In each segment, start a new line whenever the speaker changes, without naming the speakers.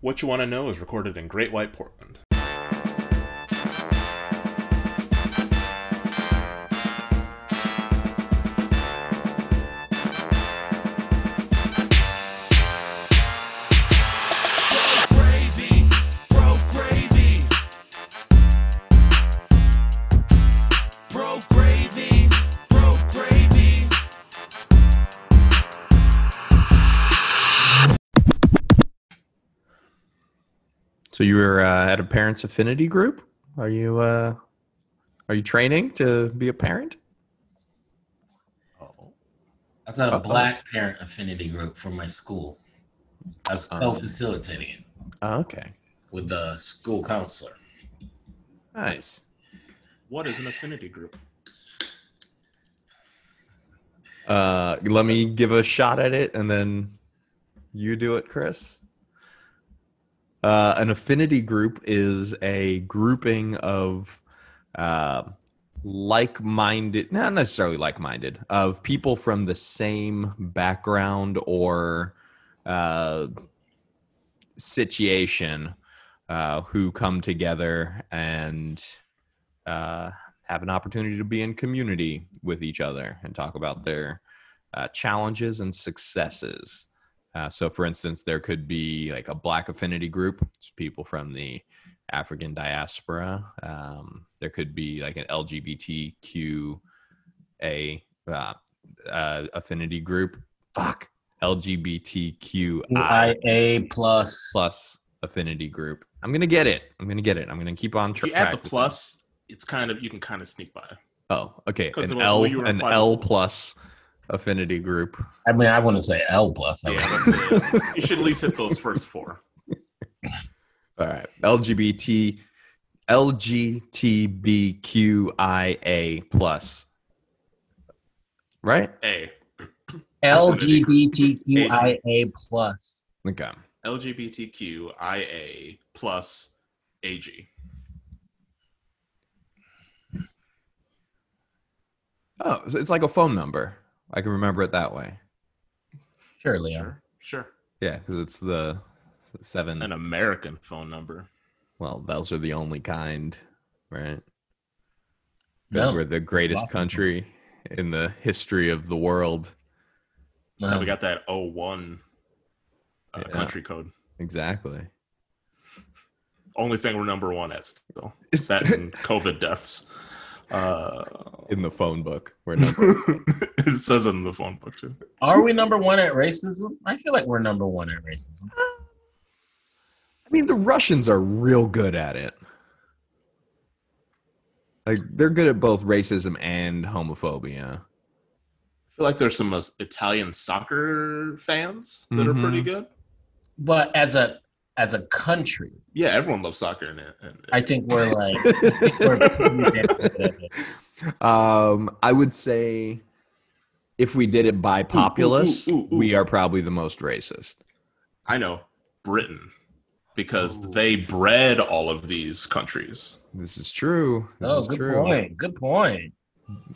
What You Want to Know is recorded in Great White, Portland.
Gravy, bro gravy. Bro gravy, bro gravy.
So you were uh, at a parents affinity group. Are you uh, are you training to be a parent?
That's not a
Uh-oh.
black parent affinity group for my school. I was co-facilitating it
Oh, okay,
with the school counselor.
nice.
What is an affinity group?
Uh, let me give a shot at it, and then you do it, Chris. Uh, an affinity group is a grouping of uh, like-minded, not necessarily like-minded, of people from the same background or uh, situation uh, who come together and uh, have an opportunity to be in community with each other and talk about their uh, challenges and successes. Uh, so, for instance, there could be like a Black affinity group, it's people from the African diaspora. Um, there could be like an LGBTQA uh, uh, affinity group. Fuck. LGBTQI
IA plus.
plus affinity group. I'm going to get it. I'm going to get it. I'm going to keep on
If
tra-
you add the
practicing.
plus, it's kind of you can kind of sneak by.
Oh, okay.
'Cause
An
the-
L,
well, you were
an
applying-
L plus affinity group.
I mean, I wouldn't say L plus. I would-
Yeah, that's it. you should at least hit those first four.
All right. LGBT, LGBTQIA plus. Right?
A.
LGBTQIA plus.
Okay.
LGBTQIA plus AG.
Oh, so it's like a phone number. I can remember it that way.
Sure, Leon.
Sure. Sure.
Yeah, because it's the seven.
An American phone number.
Well, those are the only kind, right? 'Cause
No.
We're the greatest
lots of them.
country in the history of the world.
So we
no.
got that 01 uh,
Uh-huh. Yeah.
country code.
Exactly.
Only thing we're number one at still.
Is
That and COVID deaths. Uh,
in the phone book? We're not.
it says in the phone book too.
Are we number one at racism? I feel like we're number one at racism.
I mean, the Russians are real good at it. Like they're good at both racism and homophobia.
I feel like there's some uh, Italian soccer fans that are pretty
Mhm.
good.
But as a as a country,
Yeah, everyone loves soccer in it. And,
I think we're like we're pretty damn good at it.
um, I would say if we did it by populace,
ooh, ooh.
we are probably the most racist.
I know Britain because they bred all of these countries.
This is true. This
Oh,
is
good
true.
point. Good point.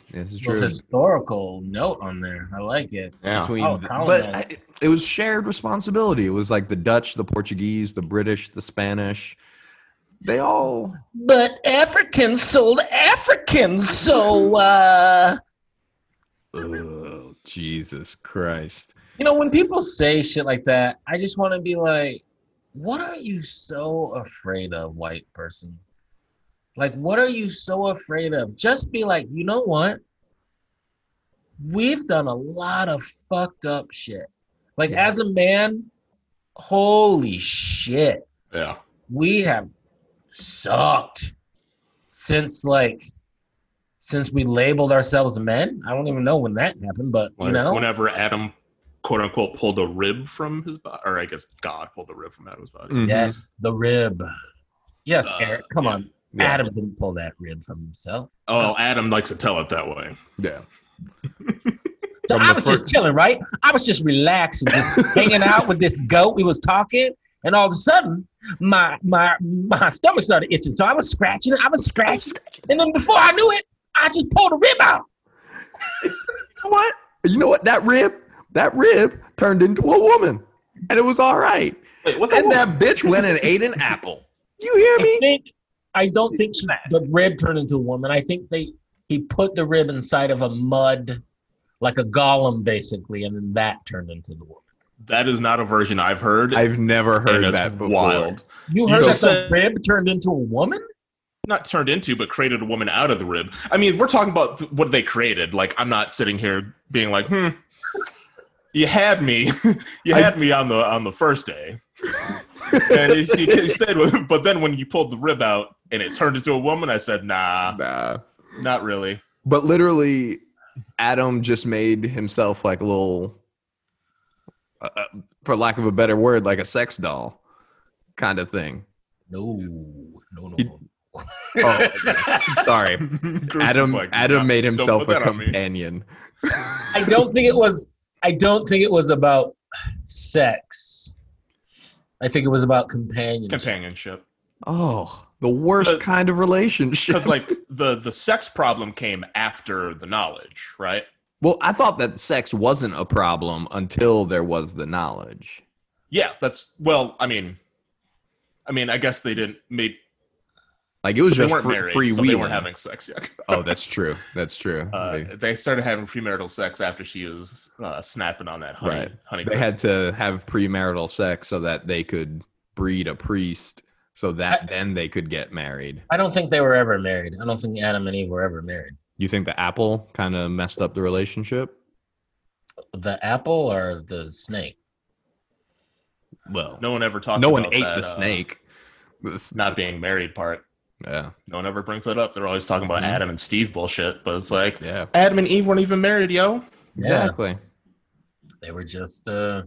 This is
Little
true.
historical note on there. I like it.
Between,
Oh,
but
colonize.
I, it was shared responsibility. It was like the Dutch, the Portuguese, the British, the Spanish. They all
But Africans sold Africans, so uh
Oh, Jesus Christ.
you know when people say shit like that, I just want to be like, what are you so afraid of, white person? Like, what are you so afraid of? Just be like, you know what? We've done a lot of fucked up shit. Like
Yeah.
as a man, holy shit.
Yeah.
we have sucked since like since we labeled ourselves men. I don't even know when that happened, but
Like,
you know,
whenever Adam, quote unquote, pulled a rib from his body, or I guess God pulled a rib from Adam's body.
Mm, Mm-hmm.
yes, the rib. Yes,
Uh,
Eric, come
yeah.
on.
Yeah.
Adam didn't pull that rib from himself.
Oh, Adam likes to tell it that way.
Yeah.
So
From
I
the
was
first-
just chilling, right? I was just relaxing, just hanging out with this goat. We was talking, and all of a sudden, my my my stomach started itching. So I was scratching it. I was scratching, and then before I knew it, I just pulled a rib out.
You know what? You know what? That rib, that rib turned into a woman. And it was all right.
Wait, what's a
And
woman?
that bitch went and ate an apple. You hear
I
me?
think I don't think she, the rib turned into a woman. I think they he put the rib inside of a mud, like a golem, basically, and then that turned into the woman.
That is not a version I've heard.
I've never
and
heard
it's
that before.
wild.
You
You
heard
don't
that
say-
the rib turned into a woman?
Not turned into, but created a woman out of the rib. I mean, we're talking about th- what they created. Like, I'm not sitting here being like, hmm. You had me, you
I-
had me on the on the first day, and you, you stayed with. But then when you pulled the rib out and it turned into a woman, I said, "Nah,
Nah.
not really."
But literally, Adam just made himself like a little, uh, uh, for lack of a better word, like a sex doll kind of thing.
No, no, no.
He-
no.
Oh, sorry. Adam
Crucifix,
Adam
nah,
made
don't
himself
put
a
that on me.
companion.
I don't think it was. I don't think it was about sex. I think it was about companionship.
companionship.
Oh, the worst
Uh,
kind of relationship.
because like the the sex problem came after the knowledge right
Well, I thought that sex wasn't a problem until there was the knowledge.
yeah that's well i mean i mean i guess they didn't maybe
Like it was
they
just
weren't
fr-
married
free
so
wheeling.
they weren't having sex yet
oh, that's true. That's true.
uh,
they,
they started having premarital sex after she was uh, snapping on that honey
Right.
honey
they had to have premarital sex so that they could breed a priest, so that then they could get married.
I don't think they were ever married. I don't think Adam and Eve were ever married.
You think the apple kind of messed up the relationship?
The apple or the snake?
Well, no,
no one ever talked
one
about
ate
that,
the
uh,
snake. This-
not being married part
yeah,
no one ever brings that up they're always talking about
Mhm.
adam and steve bullshit but it's like
yeah,
adam and eve weren't even married yo
Yeah.
exactly.
They were just uh,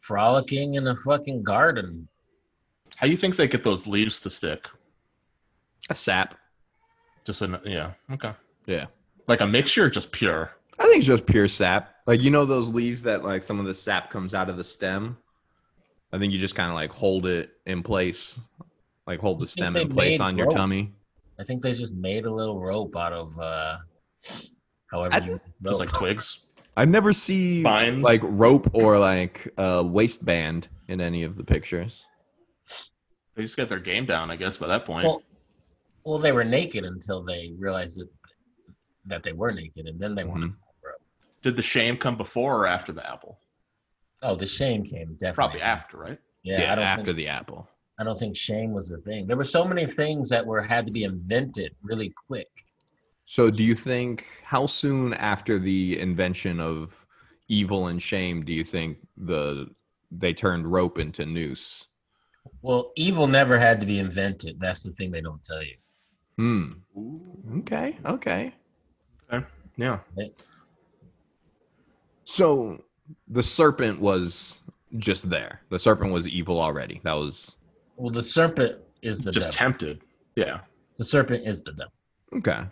frolicking in a fucking garden.
how you think they get those leaves to stick
A sap.
just in yeah okay
Yeah.
like a mixture or just pure
I think it's just pure sap. Like you know those leaves that like some of the sap comes out of the stem. I think you just kind of like hold it in place, like hold the
think
stem
they
in place
made
on your
rope?
tummy.
I think they just made a little rope out of uh, however
I
you rope.
just like twigs
I never see
Vines.
like rope or like a waistband in any of the pictures.
They just got their game down, I guess, by that point.
Well- well, they were naked until they realized that that they were naked, and then they wanted.
Did the shame come before or after the apple?
Oh, the shame came definitely
Probably after, right?
Yeah,
Yeah,
I don't
after
think,
the apple.
I don't think shame was the thing. There were so many things that were had to be invented really quick.
So do you think how soon after the invention of evil and shame do you think the they turned rope into noose?
Well, evil never had to be invented. That's the thing they don't tell you.
Hmm. Okay. Okay.
Yeah.
So the serpent was just there. The serpent was evil already. That was
Well, the serpent is the
just
devil.
tempted. Yeah.
the serpent is the devil.
okay.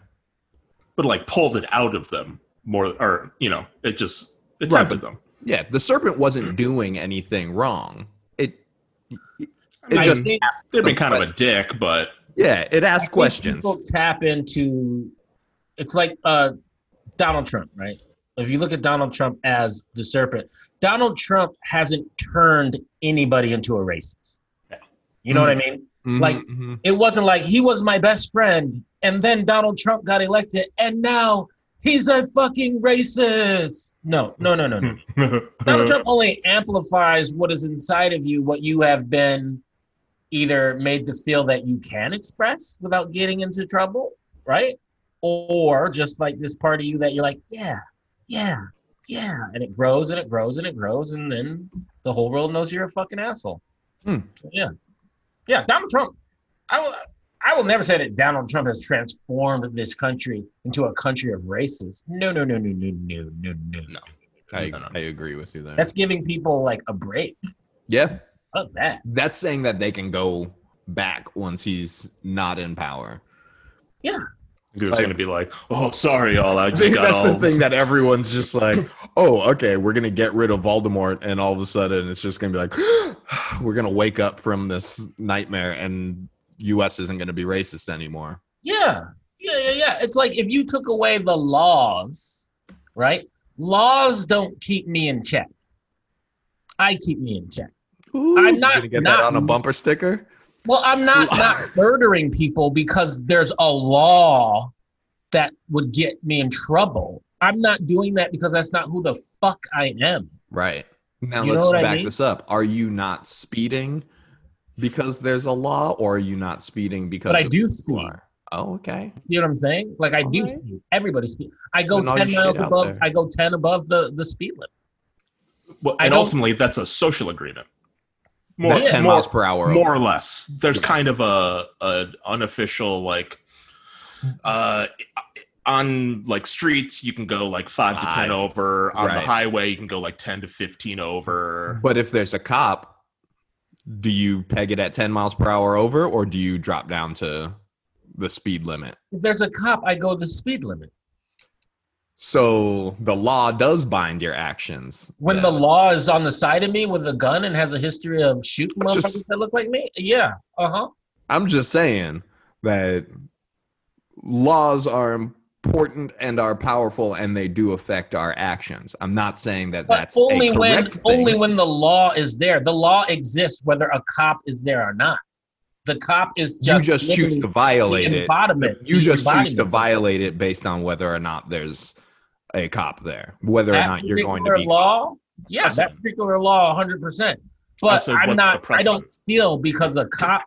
But like pulled it out of them more, or, you know, it just, it
Right,
tempted them.
Yeah, the serpent wasn't doing anything wrong. It
I
it
mean,
just
they've been
some
kind of a dick, but
yeah, it
I
asked
think
questions.
People tap into. It's like uh, Donald Trump, right? If you look at Donald Trump as the serpent, Donald Trump hasn't turned anybody into a racist. You know what I mean?
Mhm,
like-
mhm.
It wasn't like he was my best friend, and then Donald Trump got elected, and now he's a fucking racist. No, no, no, no, no. Donald Trump only amplifies what is inside of you, what you have been either made to feel that you can express without getting into trouble, right? Or just like this part of you that you're like, yeah, yeah, yeah. And it grows and it grows and it grows. And then the whole world knows you're a fucking asshole.
Hmm.
So, yeah. Yeah. Donald Trump, I will, I will never say that Donald Trump has transformed this country into a country of racists. No, no, no, no, no, no, no, no.
I,
No, no.
I agree with you there.
That's giving people like a break.
yeah,
Fuck that.
that's saying that they can go back once he's not in power.
it was
Like-
going to be like, oh, sorry, y'all. I just got
that's
all.
the thing that everyone's just like, oh, okay, we're gonna get rid of Voldemort, and all of a sudden it's just gonna be like, we're gonna wake up from this nightmare, and U.S. isn't gonna be racist anymore.
Yeah. Yeah, yeah, yeah. It's like if you took away the laws, right? Laws don't keep me in check. I keep me in check.
Ooh,
I'm
you
not-
gonna get
not-
that on a bumper sticker.
Well, I'm not not murdering people because there's a law that would get me in trouble. I'm not doing that because that's not who the fuck I am.
Right. Now
You know
let's
what I
back
mean?
this up. Are you not speeding because there's a law, or are you not speeding because
But I
of
do
who you
speed.
are? Oh, okay.
You know what I'm saying? Like I do.
Alright.
Speed. Everybody speed. I go
Putting all
ten
your shit
miles
out
above.
there.
I go ten above the the speed limit.
Well,
I
and
don't-
ultimately, that's a social agreement. More,
More,
Yeah.
ten
more,
miles per hour.
more or less. There's
Yeah.
kind of a an unofficial like, uh, on like streets you can go like five, to
Five.
ten over. On the
Right.
highway you can go like ten to fifteen over.
But if there's a cop, do you peg it at 10 miles per hour over or do you drop down to the speed limit?
If there's a cop, I go the speed limit.
So the law does bind your actions.
When
then.
the law is on the side of me with a gun and has a history of shooting
I'm
motherfuckers
just-
that look like me, yeah, uh huh.
I'm just saying that laws are important and are powerful and they do affect our actions. I'm not saying that
But
that's
only
a
when
correct thing.
only when the law is there. The law exists whether a cop is there or not. The cop is
you just
just
choose
literally
to
the
violate it.
embodiment.
You
the
just choose to
embodiment.
violate it based on whether or not there's a cop there, whether or
That
not you're going to
particular
be
law. Yeah,
That's
that particular law, hundred percent. But
said,
I'm
what's the
not. I
precedent?
don't steal because a cop.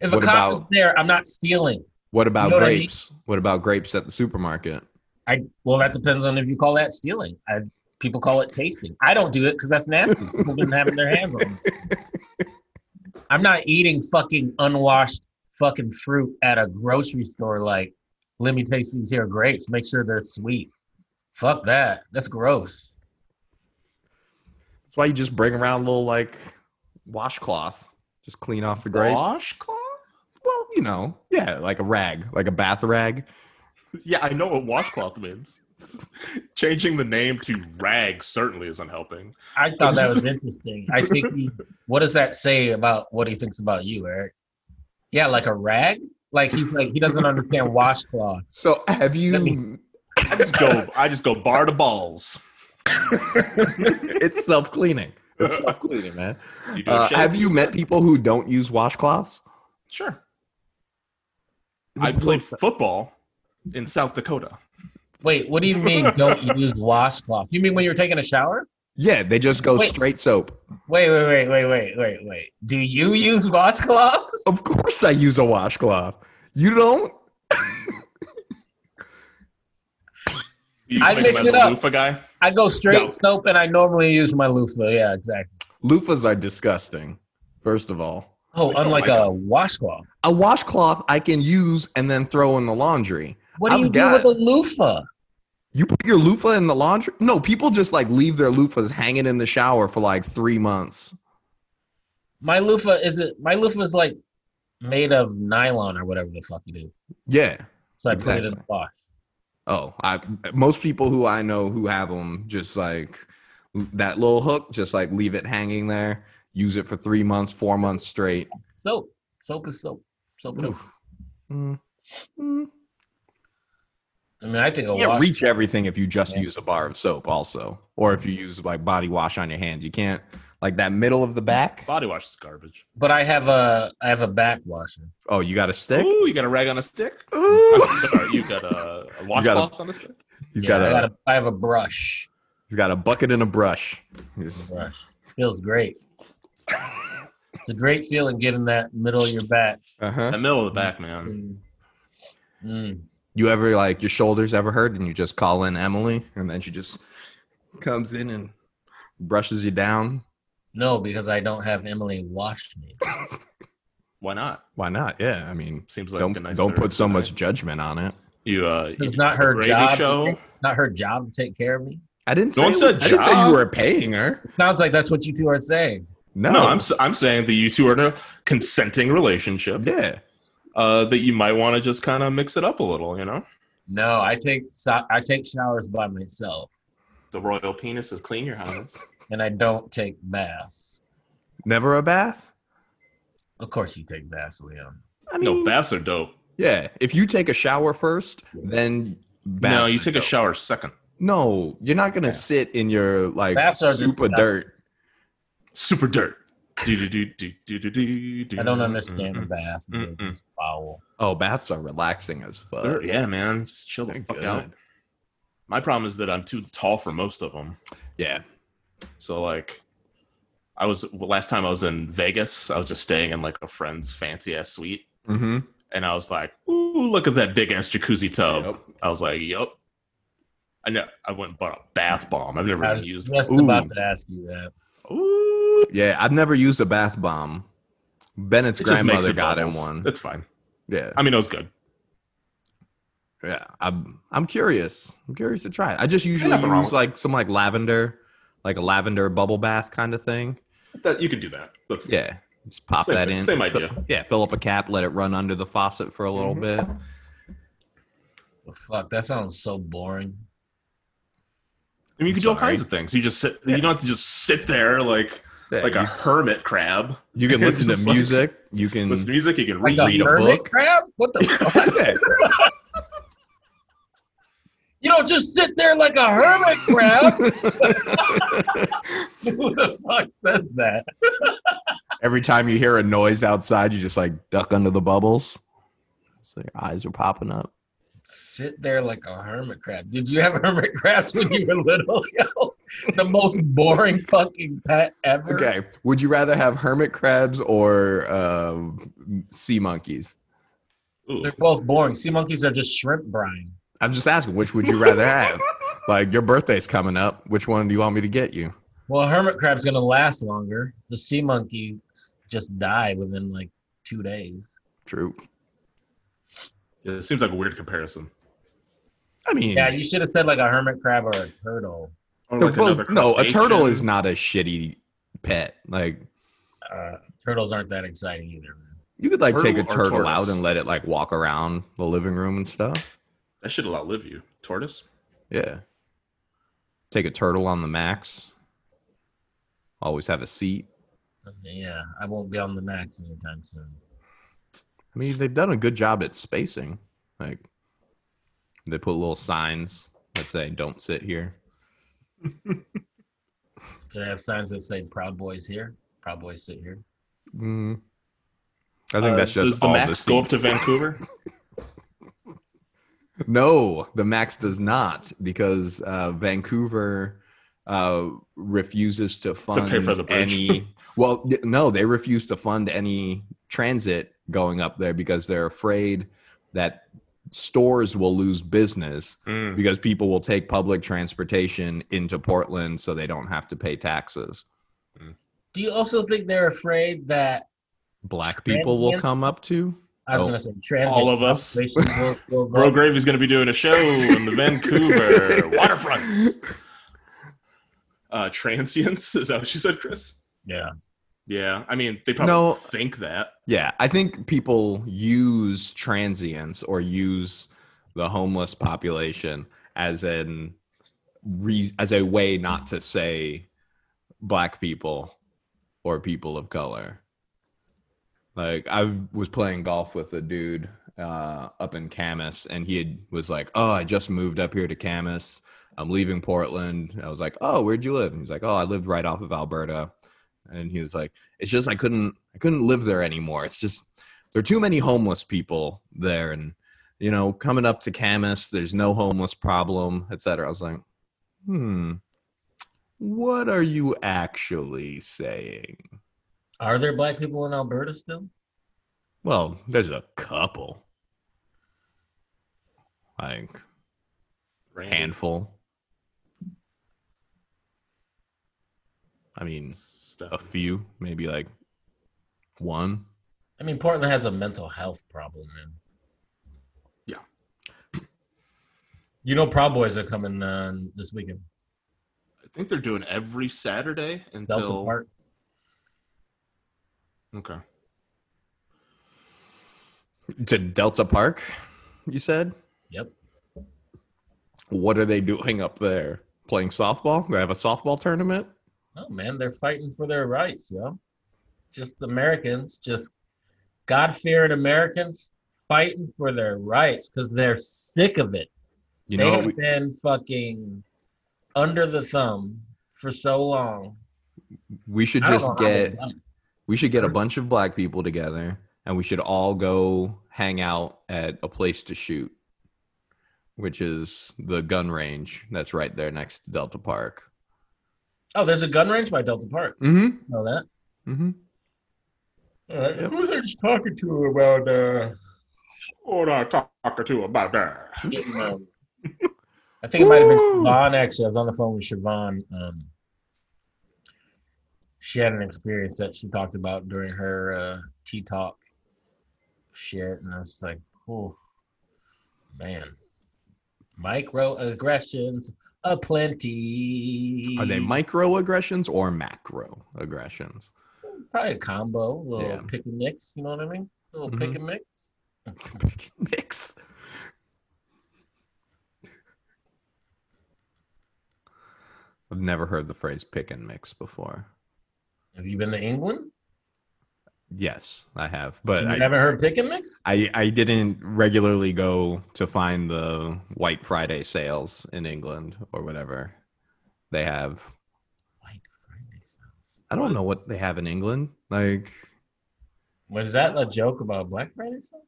If a
What
cop
about-
is there, I'm not stealing.
What about
know what I mean?
grapes? What, about grapes at the supermarket?
I well, that depends on if you call that stealing. I, people call it tasting. I don't do it because that's nasty. People been having their hands on. them. I'm not eating fucking unwashed fucking fruit at a grocery store. Like, let me taste these here grapes. Make sure they're sweet. Fuck that. That's gross.
That's why you just bring around a little like washcloth, just clean off the grape.
Washcloth?
Well, you know, yeah, like a rag, like a bath rag.
Yeah, I know what washcloth means. Changing the name to rag certainly isn't helping.
I thought that was interesting. I think. He, what does that say about what he thinks about you, Eric? Yeah, like a rag. Like he's like he doesn't understand washcloth.
So have you?
Let me-
I just go. I just go bar to balls.
it's self cleaning. It's self cleaning, man.
You do a
Uh,
shake.
have you met people who don't use washcloths?
Sure. I played football in South Dakota.
Wait, what do you mean don't use washcloth? You mean when you're taking a shower?
Yeah, they just go
Wait.
straight soap.
Wait, wait, wait, wait, wait, wait, wait. Do you use washcloths?
Of course, I use a washcloth. You don't?
You
I
think I'm
mix
as
it
a
up.
loofah guy.
I go straight
No.
soap and I normally use my loofah. Yeah, exactly.
Loofahs are disgusting. First of all,
Oh,
I still
unlike
like
a washcloth.
a washcloth I can use and then throw in the laundry.
What do
I've
you do
got-
with a loofah?
You put your loofah in the laundry? No, people just like leave their loofahs hanging in the shower for like three months.
My loofah is it my loofah is like made of nylon or whatever the fuck it is.
Yeah.
So I put it in the
Exactly.
wash.
Oh, I most people who I know who have them just like that little hook, just like leave it hanging there, use it for three months, four months straight.
Soap. Soap is soap. Soap is soap.
Oof. Mm. Mm.
I mean I think a
You can't
wash
reach everything if you just
Yeah.
use a bar of soap, also, or if you use like body wash on your hands. You can't like that middle of the back.
Body wash is garbage.
but I have a I have a back washer.
Oh, you got a stick.
Ooh, you got a rag on a stick?
Ooh.
I'm sorry, you got a, a washcloth on a stick?
He's
Yeah,
got
I
a,
got a I have a brush.
he's got a bucket and a brush. He's-
Right. Feels great. it's a great feeling getting that middle of your back.
In
Uh-huh.
the middle of the back, man.
Mm. Mm.
You ever like your shoulders ever hurt and you just call in Emily and then she just comes in and brushes you down?
No, because I don't have Emily wash me.
Why not?
Why not? Yeah, I mean,
Seems like a
don't
nice
don't
therapy
put so
night.
much judgment on it.
You, uh, you
It's not her
gravy
job.
show.
It's not her job to take care of me.
I didn't say
No one said
I didn't say
job.
you were paying her.
Sounds like that's what you two are saying.
No,
No, I'm s- I'm saying that you two are in a consenting relationship.
yeah.
Uh, that you might want to just kind of mix it up a little, you know.
No, I take so- I take showers by myself,
The royal penis is clean, your highness.
and I don't take baths.
Never a bath.
Of course, you take baths, Leon.
I
no, baths are dope.
Yeah, if you take a shower first, then baths
no, you
are
take a
dope.
shower second.
No, you're not gonna sit in your like
Baths are
super
disgusting.
dirt.
Super dirt. I
I don't
Mm-hmm.
understand the bath
Mm-mm.
it's foul.
Oh, baths are relaxing as fuck.
Yeah, man, just chill the
They're
fuck
good.
out. My problem is that I'm too tall for most of them.
Yeah.
So like, I was last time I was in Vegas. I was just staying in like a friend's fancy ass suite,
Mm-hmm.
and I was like, "Ooh, look at that big ass jacuzzi tub." I was like, "Yup." I know. I went and bought a bath bomb. I've never
I
even
was
used.
just
Ooh.
about to ask you that.
Ooh.
Yeah, I've never used a bath bomb. Bennett's
It just makes
grandmother
it
got him
bubbles.
one.
That's fine.
Yeah,
I mean, it was good.
yeah. I'm I'm curious. I'm curious to try it. I just usually
nothing wrong
use
with-
like some like lavender, like a lavender bubble bath kind of thing.
That you can do that. That's fine.
Yeah, just pop
Same
that
thing-
in.
same idea.
Yeah, fill up a cap, let it run under the faucet for a little
Mhm.
bit.
Well, fuck, that sounds so boring.
I mean, you
I'm
can do all
sorry.
kinds of things. You just sit. You don't have to just sit there like
Yeah,
like
you,
a hermit crab.
you can listen
just
to
like-
music. you can
Listen to music. You can
Like
read.
a
read Mm. a
hermit
book?
crab? What the fuck?
Yeah.
You don't just sit there like a hermit crab. Who the fuck says that?
Every time you hear a noise outside, you just like duck under the bubbles. So your eyes are popping up.
Sit there like a hermit crab. Did you have hermit crabs when you were little? Yo, the most boring fucking pet ever.
Okay. Would you rather have hermit crabs or uh, sea monkeys?
Ooh.
They're both boring. Sea monkeys are just shrimp brine.
I'm just asking, which would you rather have? Like your birthday's coming up. Which one do you want me to get you?
Well, a hermit crab's gonna last longer. The sea monkeys just die within like two days.
True.
Yeah, it seems like a weird comparison.
I mean,
Yeah, you should have said like a hermit crab or a turtle.
Or
they're
like
both-
another
no, a turtle
crustacean.
is not a shitty pet. Like
Uh, turtles aren't that exciting either. Man.
you could like take
Turtle
a
or
turtle
tortoise?
out and let it like walk around the living room and stuff.
That should outlive you. Tortoise?
Yeah. Take a turtle on the max. Always have a seat.
Yeah, I won't be on the max anytime soon.
I mean, they've done a good job at spacing. Like, they put little signs that say "Don't sit here."
Do they have signs that say "Proud Boys here"? Proud Boys sit here.
Mm. I think
Uh,
that's just
Does the
all
max
the
go up to
seats.
Vancouver?
No, the max does not because uh, Vancouver uh, refuses to fund
pay for the bridge.
any. Well, th- no, they refuse to fund any transit going up there because they're afraid that stores will lose business
Mm.
because people will take public transportation into Portland so they don't have to pay taxes.
Do you also think they're afraid that
Black people will
Transient-
come up to.
I was
Oh,
gonna say transit?
all of us.
population Will, will go
Bro Gravy's going to be doing a show in the Vancouver waterfronts. Uh, transients? Is that what she said, Chris?
Yeah.
Yeah. I mean, they probably
No.
think that.
Yeah, I think people use transients or use the homeless population as an re- as a way not to say black people or people of color. Like I was playing golf with a dude uh, up in Camas, and he had, was like, "Oh, I just moved up here to Camas. I'm leaving Portland." I was like, "Oh, where'd you live?" And he's like, "Oh, I lived right off of Alberta." And he was like, "It's just I couldn't I couldn't live there anymore. It's just there are too many homeless people there, and you know, coming up to Camas, there's no homeless problem, etc." I was like, "Hmm, what are you actually saying?"
Are there black people in Alberta still?
Well, there's a couple. Like
Randy.
handful. I mean,
Stuff.
a few, maybe like one.
I mean, Portland has a mental health problem, man.
Yeah.
You know, Proud Boys are coming uh, this weekend.
I think they're doing every Saturday
Delta
until.
Park.
Okay.
To Delta Park, you said?
Yep.
What are they doing up there? Playing softball? They have a softball tournament?
Oh man, they're fighting for their rights, yo. Just Americans, just God fearing Americans fighting for their rights because they're sick of it.
You
they
know
have
what we,
been fucking under the thumb for so long.
we should
I don't
just
know how they
get
done it.
We should get a bunch of black people together and we should all go hang out at a place to shoot, which is the gun range that's right there next to Delta Park.
Oh, there's a gun range by Delta Park.
Mm
Know that?
hmm. Mm hmm.
All right.
Yep.
Who was I just talking to about? Uh,
What I talking to about that?
getting, um, I think it might have been Siobhan. Actually, I was on the phone with Siobhan. Um, she had an experience that she talked about during her uh, tea talk shit, and I was just like, oh man, microaggressions aplenty.
Are they microaggressions or macroaggressions?
Probably a combo, a little
Yeah.
pick and mix. You know what I mean? A little pick
Mhm.
and mix.
Mix. I've never heard the phrase pick and mix before.
Have you been to England?
Yes, I have, but
you
I,
haven't heard pick and mix?
I, I didn't regularly go to find the White Friday sales in England or whatever they have.
White Friday sale.
I don't know what they have in England. Like,
Was that a joke about Black Friday sales?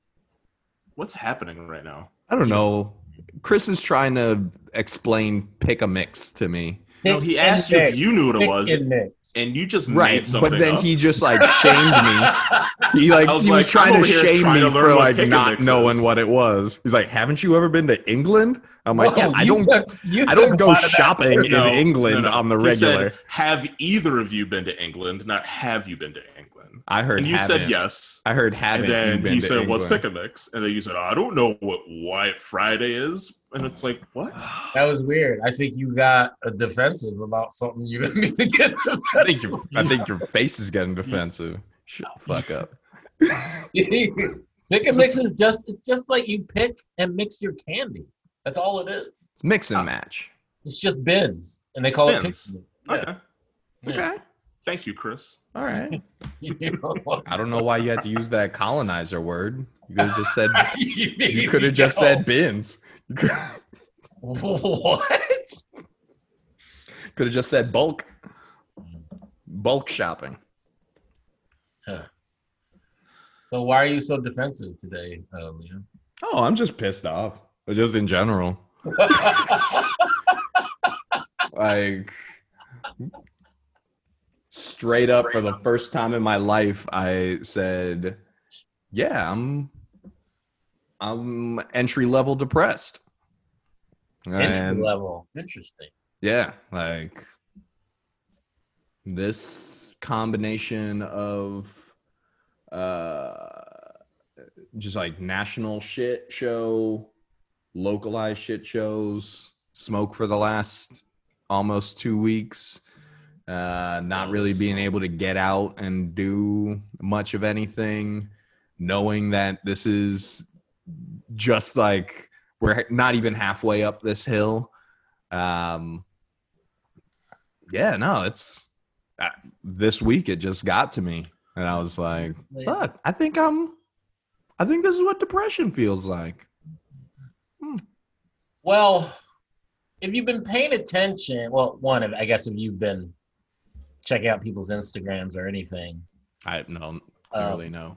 What's happening right now?
I don't know. Chris is trying to explain pick a mix to me.
No, he asked you if you knew what it was,
Pick and mix.
and you just
Right,
made something
but then
up.
he just like shamed me. He like
I was
he was
like, I'm
trying to
over here
shame
trying
me
to learn
for
what
like
pick and
not
mix
knowing
is.
what it was. He's like, "Haven't you ever been to England?" I'm like,
Whoa,
"Yeah, I
you
don't,
took- you
I
took
don't
a
go
lot of that
shopping in
No, no,
England
no.
on the
He said,
regular."
have either of you been to England? Not have you been to England?
I heard
And you
haven't.
said yes.
I heard haven't.
And
you
then
been
he
to
said, "What's
England?"
pick a mix?" And then you said, "I don't know what White Friday is." And it's like, what?
That was weird. I think you got a defensive about something you didn't need to get defensive.
I think your I think your face is getting defensive. Shut the fuck up.
pick and mix is just it's just like you pick and mix your candy. That's all it is.
It's mix
Uh,
and match.
It's just bins, and they call it pick.
Bins.
and mix.
Okay.
Yeah.
Okay.
Thank you, Chris.
All right.
You know?
I don't know why you had to use that colonizer word. You could have just said
you
you could have just said bins. You could
what?
could have just said bulk. Bulk shopping.
So why are you so defensive today, uh, Liam?
Oh, I'm just pissed off. But just in general. Like straight up for the first time in my life, I said, Yeah, I'm I'm entry level depressed.
Entry
And-
level, interesting.
Yeah, like this combination of uh just like national shit show, localized shit shows, smoke for the last almost 2 weeks, uh not really
Nice.
being able to get out and do much of anything, knowing that this is just like we're not even halfway up this hill. Um, yeah, no, it's uh, this week. It just got to me, and I was like, "Fuck, I think I'm. I think this is what depression feels like."
Well, if you've been paying attention, well, one, if- I guess if you've been checking out people's Instagrams or anything,
I no,
Um,
clearly no.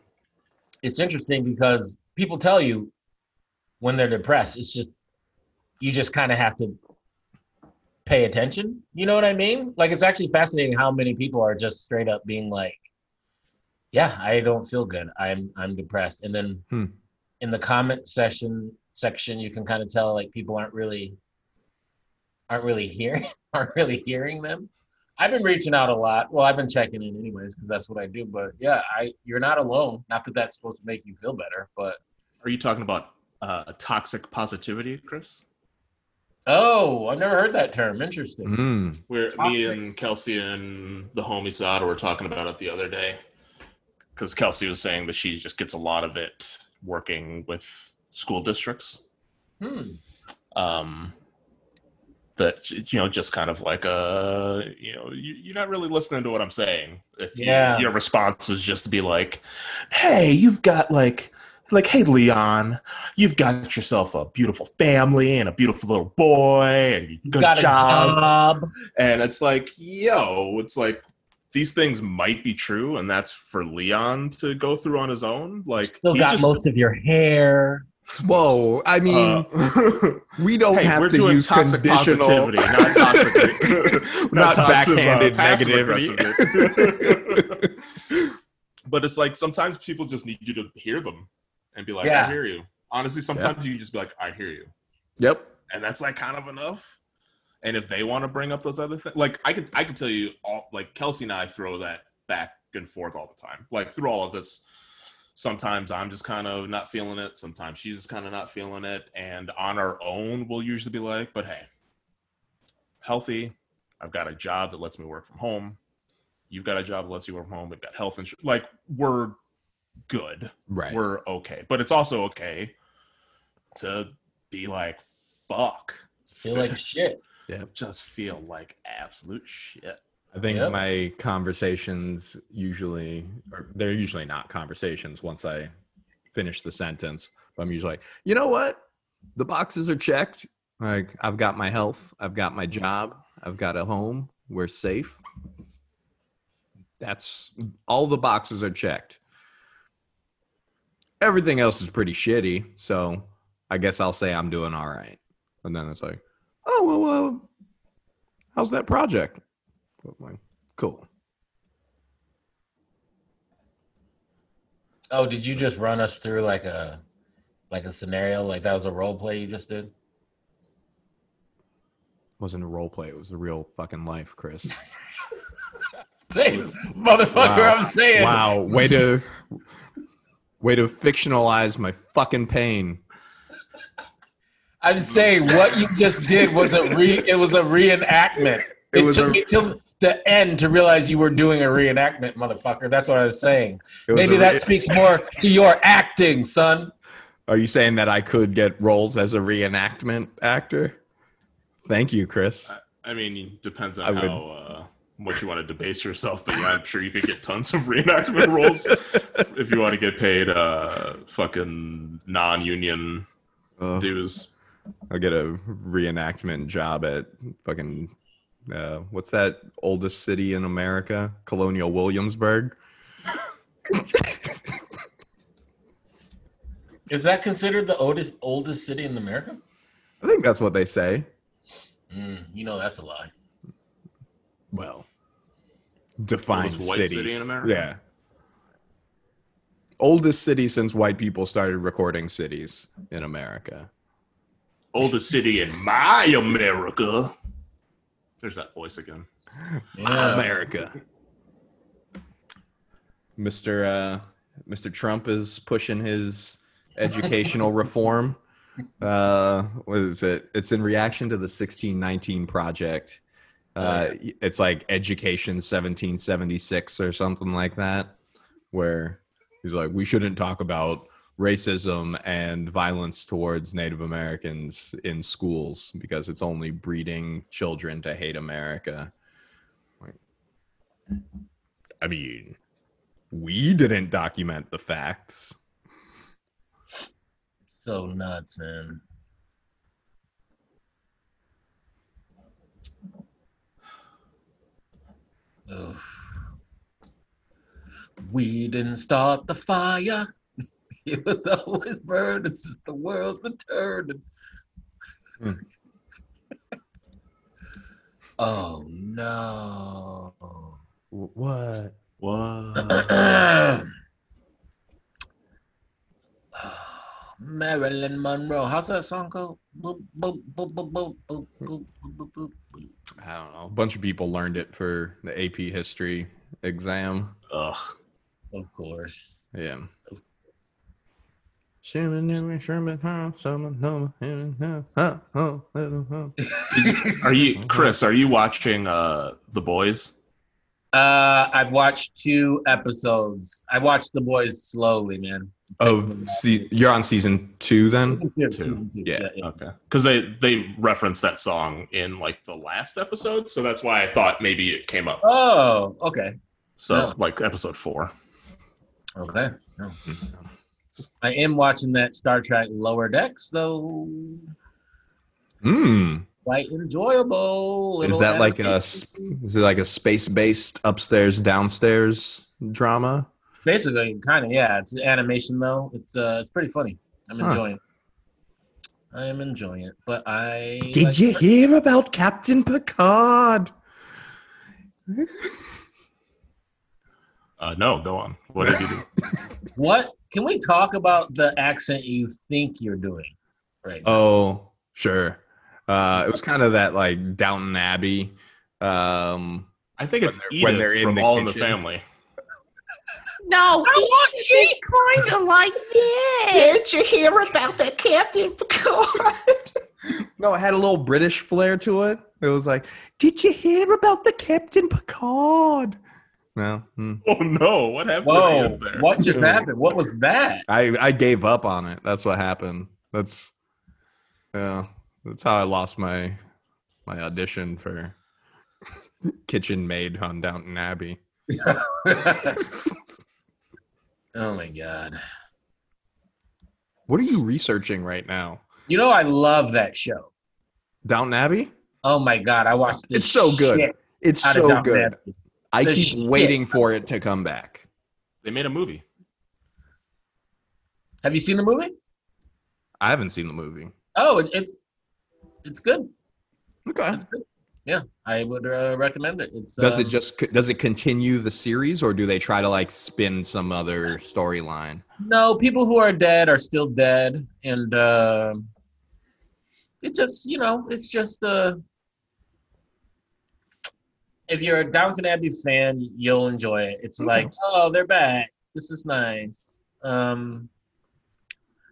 it's interesting because people tell you when they're depressed, it's just you just kind of have to pay attention. You know what I mean? Like it's actually fascinating how many people are just straight up being like, "Yeah, I don't feel good. I'm I'm depressed." And then
Hmm.
in the comment section section, you can kind of tell like people aren't really aren't really hearing aren't really hearing them. I've been reaching out a lot. Well, I've been checking in anyways because that's what I do. But yeah, I you're not alone. Not that that's supposed to make you feel better, but
Are you talking about uh, toxic positivity, Chris?
oh, I've never heard that term. Interesting.
Mm,
Where me
Toxic.
and Kelsey and the homie Sada were talking about it the other day, because Kelsey was saying that she just gets a lot of it working with school districts. Mm.
Hmm.
um that you know just kind of like uh you know you, you're not really listening to what i'm saying if you-
Yeah.
your response is just to be like hey you've got like like hey leon you've got yourself a beautiful family and a beautiful little boy and you
You've
good
got
job
a job.
and it's like yo it's like these things might be true, and that's for Leon to go through on his own. Like
Still
he
got
just-
most of your hair.
Whoa, I mean,
uh,
we don't
hey,
Oh, have
we're
to
doing
use
toxic
conditional.
positivity, not toxic,
Not
toxic, uh,
backhanded
passive
negativity.
aggressivity. but it's like sometimes people just need you to hear them and be like,
Yeah.
"I hear you." Honestly, sometimes you just be like, "I hear you."
yep.
and that's like kind of enough. And if they want to bring up those other things, like I could, I could tell you all. Like Kelsey and I throw that back and forth all the time. Like through all of this, sometimes I'm just kind of not feeling it. Sometimes she's just kind of not feeling it. And on our own, we'll usually be like, "But hey, healthy. I've got a job that lets me work from home. You've got a job that lets you work from home. We've got health insurance. Like we're good."
Right.
we're okay. But it's also okay to be like, fuck.
Feel like shit.
Just feel like absolute shit.
I think
Yep.
my conversations usually, or they're usually not conversations once I finish the sentence. But I'm usually like, you know what? The boxes are checked. Like, I've got my health, I've got my job, I've got a home, we're safe. That's all the boxes are checked. Everything else is pretty shitty. So I guess I'll say I'm doing all right. And then it's like, oh, well, well how's that project? But, like, cool.
Oh, did you just run us through like a like a scenario? Like that was a role play you just did?
wasn't a role play. It was a real fucking life, Chris.
Same motherfucker,
Wow.
I'm saying.
wow, way to way to fictionalize my fucking pain.
I'm saying what you just did was a re it was a reenactment.
It
It,
was
took
a-
me till the end to realize you were doing a reenactment, motherfucker. That's what I was saying.
It was
Maybe
a
that
re-
speaks more to your acting, son.
Are you saying that I could get roles as a reenactment actor? Thank you, Chris.
I mean, it depends on
I would-
how uh, much you want to debase yourself, but yeah, I'm sure you could get tons of reenactment roles if you want to get paid uh, fucking non union
Uh,
dues.
I'll get a reenactment job at fucking uh, what's that oldest city in America? Colonial Williamsburg.
Is that considered the oldest oldest city in America?
I think that's what they say.
Mm, you know that's a lie.
Well, define
Oldest white
city.
city in America?
Yeah. Oldest city since white people started recording cities in America.
Oldest city in my America. There's that voice again.
America. Mr. Uh, Mr. Trump is pushing his educational reform. Uh, what is it? It's in reaction to the 1619 project. Uh, It's like Education 1776 or something like that, where he's like, we shouldn't talk about racism and violence towards Native Americans in schools because it's only breeding children to hate America. I mean, we didn't document the facts.
So nuts, man. Ugh. We didn't start the fire. It was always burning since the world was turning.
Hmm.
oh no.
What?
What?
Marilyn Monroe. How's that song go? Boop, boop, boop, boop, boop, boop, boop, boop, boop, boop.
I don't know. A bunch of people learned it for the AP history exam.
Ugh.
Of course.
Yeah. Did
Are you Chris? Are you watching uh The Boys?
Uh, I've watched two episodes. I watched The Boys slowly, man. It takes me a
of
while.
se- you're on season two then?
Season two,
Two.
season two,
Yeah.
Okay, because they they referenced that song in like the last episode, so that's why I thought maybe it came up.
Oh, okay.
So
No.
like episode four.
Okay. No. I am watching that Star Trek Lower Decks, though.
Hmm.
quite enjoyable.
Is
little
that like a
adaptation.
sp- is it like a space based upstairs downstairs drama?
Basically, kind of, yeah. It's animation though. It's uh, it's pretty funny. I'm
Huh.
enjoying. it. I am enjoying it, but I like-
hear about Captain Picard?
Uh, no, go on. What did you do?
What can we talk about the accent you think you're doing? Right. now?
Oh, sure. Uh, it was kind of that like Downton Abbey. Um,
I think it's
they're-
Edith
when they're in
from
the
All in the
kitchen.
Family.
No, I want is kind of like this.
Did you hear about that Captain Picard? no, it had a little British flair to it. It was like, did you hear about the Captain Picard? No, hmm.
Oh no! What happened? to
Whoa!
Edith there?
What just happened? What was that?
I I gave up on it. That's what happened. That's yeah. That's how I lost my my audition for kitchen maid on Downton Abbey.
oh my god!
What are you researching right now?
You know I love that show.
Downton Abbey?
Oh my god! I watched. the
It's so good.
shit
It's
out of
so
Downton
good.
Abbey.
I
The
keep
shit.
waiting for it to come back.
They made a movie.
Have you seen the movie?
I haven't seen the movie.
Oh, it, it's it's good.
Okay.
Yeah, I would uh, recommend it. It's
Does
um,
it just does it continue the series or do they try to like spin some other storyline?
No, people who are dead are still dead, and uh, it just you know it's just uh, if you're a Downton Abbey fan, you'll enjoy it. It's
Okay.
like oh they're back, this is nice. Um,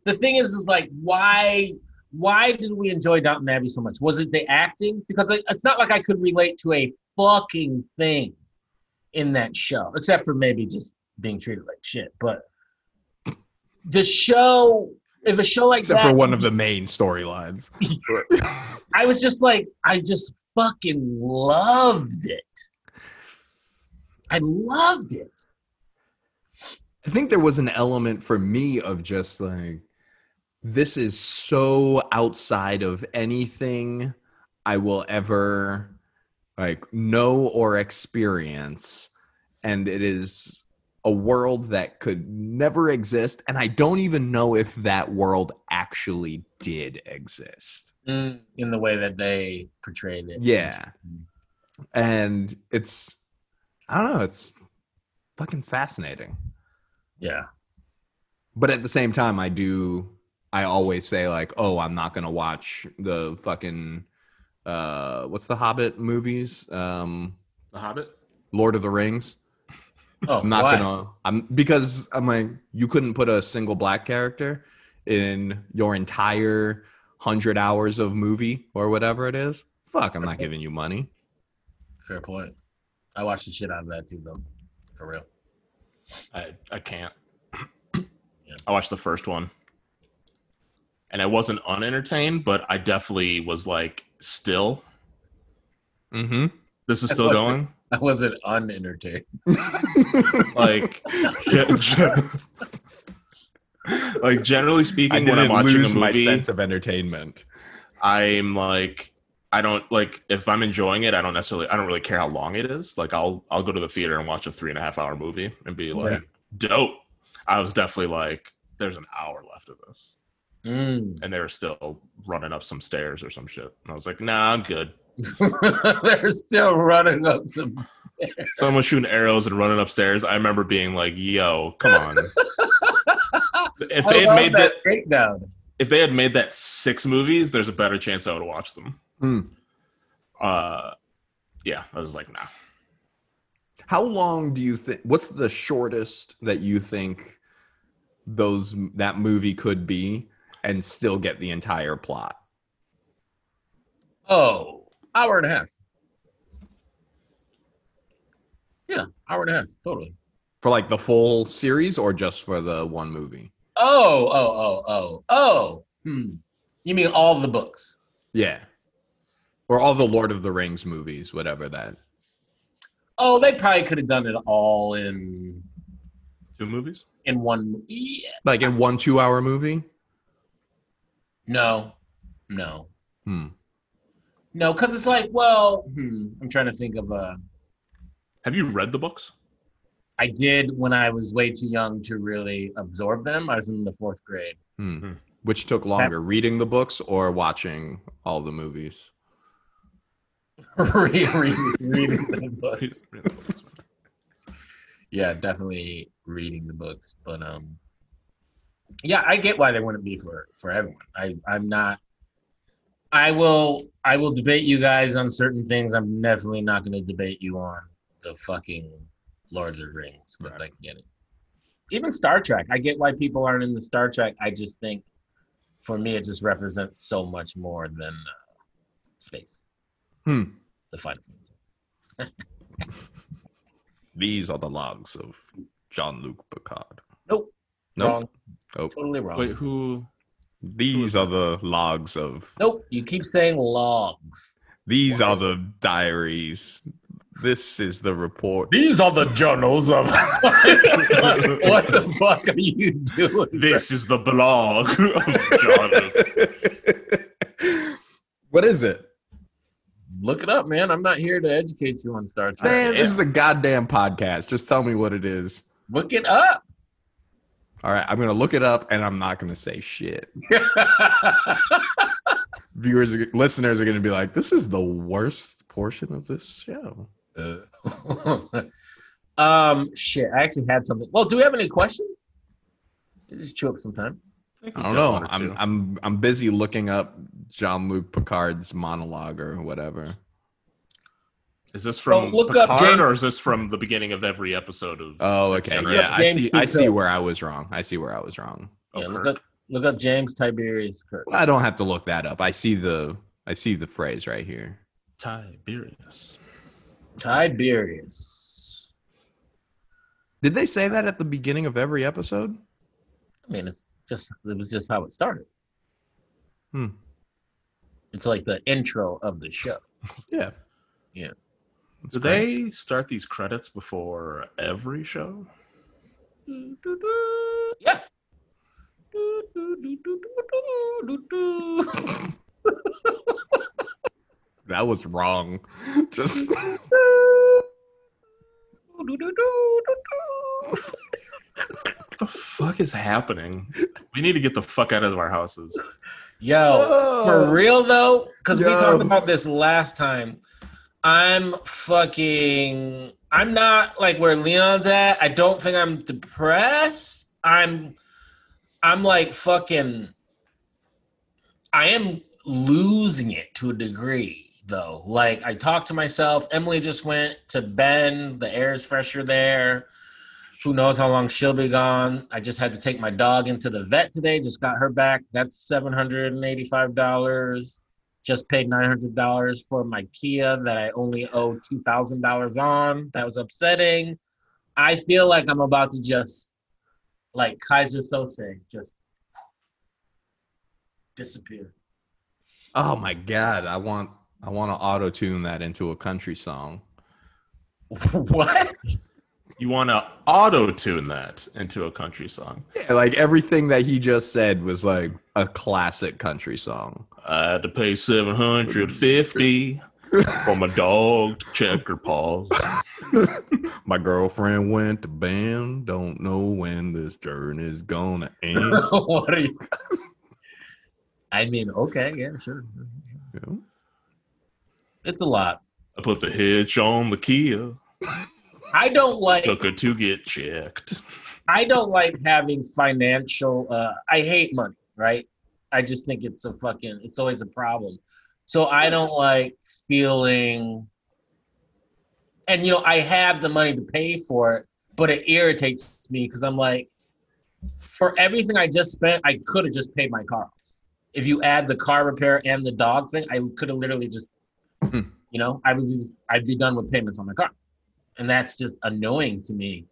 the thing is, is like why why did we enjoy Downton Abbey so much? Was it the acting? Because it- it's not like I could relate to a fucking thing in that show, except for maybe just being treated like shit. But the show, if a show like
Except
that,
for one of the main storylines.
I was just like, I just fucking loved it. I loved it.
I think there was an element for me of just like, this is so outside of anything I will ever like know or experience. And it is a world that could never exist. And I don't even know if that world actually did exist.
In the way that they portrayed it.
Yeah. And it's, I don't know, it's fucking fascinating.
Yeah.
but at the same time i do i always say like oh i'm not gonna watch the fucking uh what's the hobbit movies um
The Hobbit.
lord of the rings
Oh,
i'm not
why?
gonna i'm because i'm like you couldn't put a single black character in your entire hundred hours of movie or whatever it is fuck i'm not giving you money
Fair point. I watched the shit out of that too, though. For real.
I I can't.
Yeah.
I watched the first one, and I wasn't unentertained, but I definitely was like, still,
mm-hmm
this is still going.
I wasn't unentertained.
like ge- ge- like generally speaking when i'm watching a
my
movie
sense of entertainment
i'm like i don't like if i'm enjoying it i don't necessarily i don't really care how long it is like i'll i'll go to the theater and watch a three and a half hour movie and be like
Yeah.
dope i was definitely like there's an hour left of this
Mm.
and they were still running up some stairs or some shit and i was like nah i'm good
They're still running up some.
someone shooting arrows and running upstairs i remember being like yo come on if
I
they had
love
made that
that breakdown.
if they had made that six movies, there's a better chance I would have watched them.
Hmm.
Uh, yeah, I was like, nah.
How long do you think? What's the shortest that you think those that movie could be, and still get the entire plot?
Oh, hour and a half. Yeah, hour and a half, totally.
For like the full series, or just for the one movie?
Oh, oh, oh, oh, oh. Hmm. You mean all the books?
Yeah, or all the Lord of the Rings movies, whatever that.
Oh, they probably could have done it all in
Two movies?
in one. Yeah.
Like in one two-hour movie.
No, no.
Hmm.
No, because it's like, well, hmm, I'm trying to think of a.
Have you read the books?
I did when I was way too young to really absorb them. I was in the fourth grade.
Hmm.
Hmm.
Which took longer, reading the books or watching all the movies?
Re- re- reading the books. Yeah, definitely reading the books. But um, yeah, I get why they wouldn't be for for everyone. I I'm not. I will I will debate you guys on certain things. I'm definitely not going to debate you on the fucking Lord of the Rings because I get it. Even Star Trek, I get why people aren't into Star Trek. I just think for me, it just represents so much more than uh, space.
Hmm.
The Final Fantasy.
These are the logs of Jean Luc Picard.
Nope.
Nope.
Wrong.
Oh.
Totally wrong.
Wait, who?
These are the logs of.
Nope. You keep saying logs.
These are the diaries. This is the report.
These are the journals of. what the fuck are you doing?
This is the blog of John.
what is it?
Look it up, man. I'm not here to educate you on Star Trek.
Man, this is a goddamn podcast. Just tell me what it is.
Look it up.
All right, I'm going to look it up and I'm not going to say shit. Viewers, are- listeners are going to be like, this is the worst portion of this show.
um, shit. I actually had something. Well, do we have any questions? Just chew up some time.
I don't know. I'm, I'm, I'm busy looking up Jean Luc Picard's monologue or whatever.
Is this from
Well, Oh, look up
Picard
James-
or is this from the beginning of every episode of?
Oh, okay.
Generation.
Yeah, I
James
see. I
Cook.
see where I was wrong. I see where I was wrong.
of
Yeah, look
Kirk?
up, look up James Tiberius Kirk.
I don't have to look that up. I see the I see the phrase right here.
Tiberius.
Tiberius.
Did they say that at the beginning of every episode?
I mean, it's just it was just how it started.
Hmm.
It's like the intro of the show.
Yeah.
Yeah.
Do they start these credits before every show?
Yeah.
That was wrong. Just
What the fuck is happening? We need to get the fuck out of our houses.
Yo, Oh, for real though, because we
Yo.
talked about this last time. I'm fucking. I'm not like where Leon's at. I don't think I'm depressed. I'm. I'm like fucking. I am losing it to a degree though. Like I talked to myself. Emily just went to Ben. The air is fresher there. Who knows how long she'll be gone? I just had to take my dog into the vet today. Just got her back. That's seven hundred and eighty-five dollars. Just paid nine hundred dollars for my Kia that I only owe two thousand dollars on. That was upsetting. I feel like I'm about to just, like Kaiser Sose, just disappear.
Oh my god, I want I want to auto-tune that into a country song.
what?
You want to auto tune that into a country song.
Yeah, like everything that he just said was like a classic country song.
I had to pay seven hundred fifty for my dog to check her paws.
My girlfriend went to band. Don't know when this journey's gonna end.
what are you? I mean, okay, yeah, sure. It's a lot.
I put the hitch on the Kia.
I don't like.
Took her to get checked.
I don't like having financial. Uh, I hate money, right? I just think it's a fucking. It's always a problem. So I don't like feeling. And you know, I have the money to pay for it, but it irritates me because I'm like, for everything I just spent, I could have just paid my car. off. If you add the car repair and the dog thing, I could have literally just,
Hmm.
you know, I would be, I'd be done with payments on my car, and that's just annoying to me.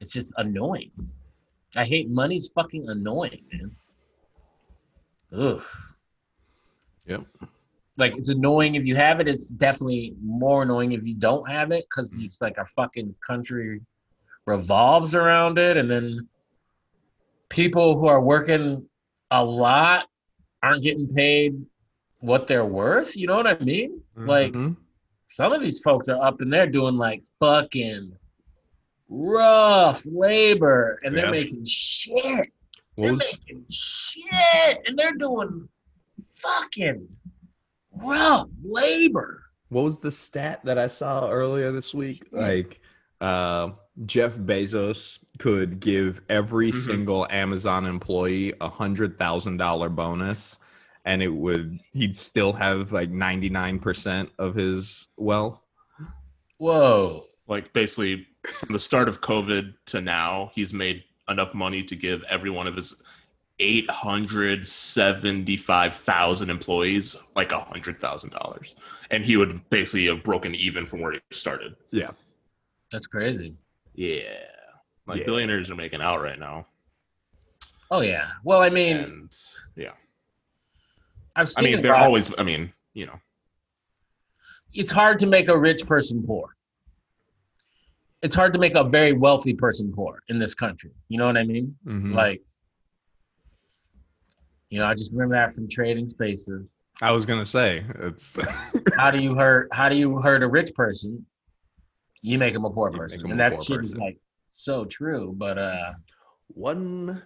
It's just annoying. I hate money's fucking annoying, man. Ugh.
Yep.
Like it's annoying if you have it. It's definitely more annoying if you don't have it because it's like our fucking country revolves around it, and then people who are working a lot aren't getting paid what they're worth. You know what I mean? Like
Mhm.
some of these folks are up and they're doing like fucking rough labor and they're
Yeah.
making shit.
what
they're
was
making shit and they're doing fucking rough labor.
what was the stat that I saw earlier this week? Like uh, Jeff Bezos could give every
Mhm.
single Amazon employee a hundred thousand dollar bonus, and it would he'd still have like ninety nine percent of his wealth.
Whoa.
Like basically from the start of COVID to now, he's made enough money to give every one of his 875,000 employees like a $100,000. And he would basically have broken even from where he started.
That's crazy.
Yeah. Like
Yeah.
billionaires are making out right now.
Oh yeah. Well, I mean,
And yeah.
I've
I
seen
mean,
it,
they're
Rob.
always, I mean, you know,
it's hard to make a rich person poor. It's hard to make a very wealthy person poor in this country. You know what I mean?
Mhm.
Like, you know, I just remember that from Trading Spaces.
I was gonna say, it's
How do you hurt? How do you hurt a rich person? You make him a poor
You make
person,
him
and
a
that
poor
shit is
person.
like so true. But uh,
one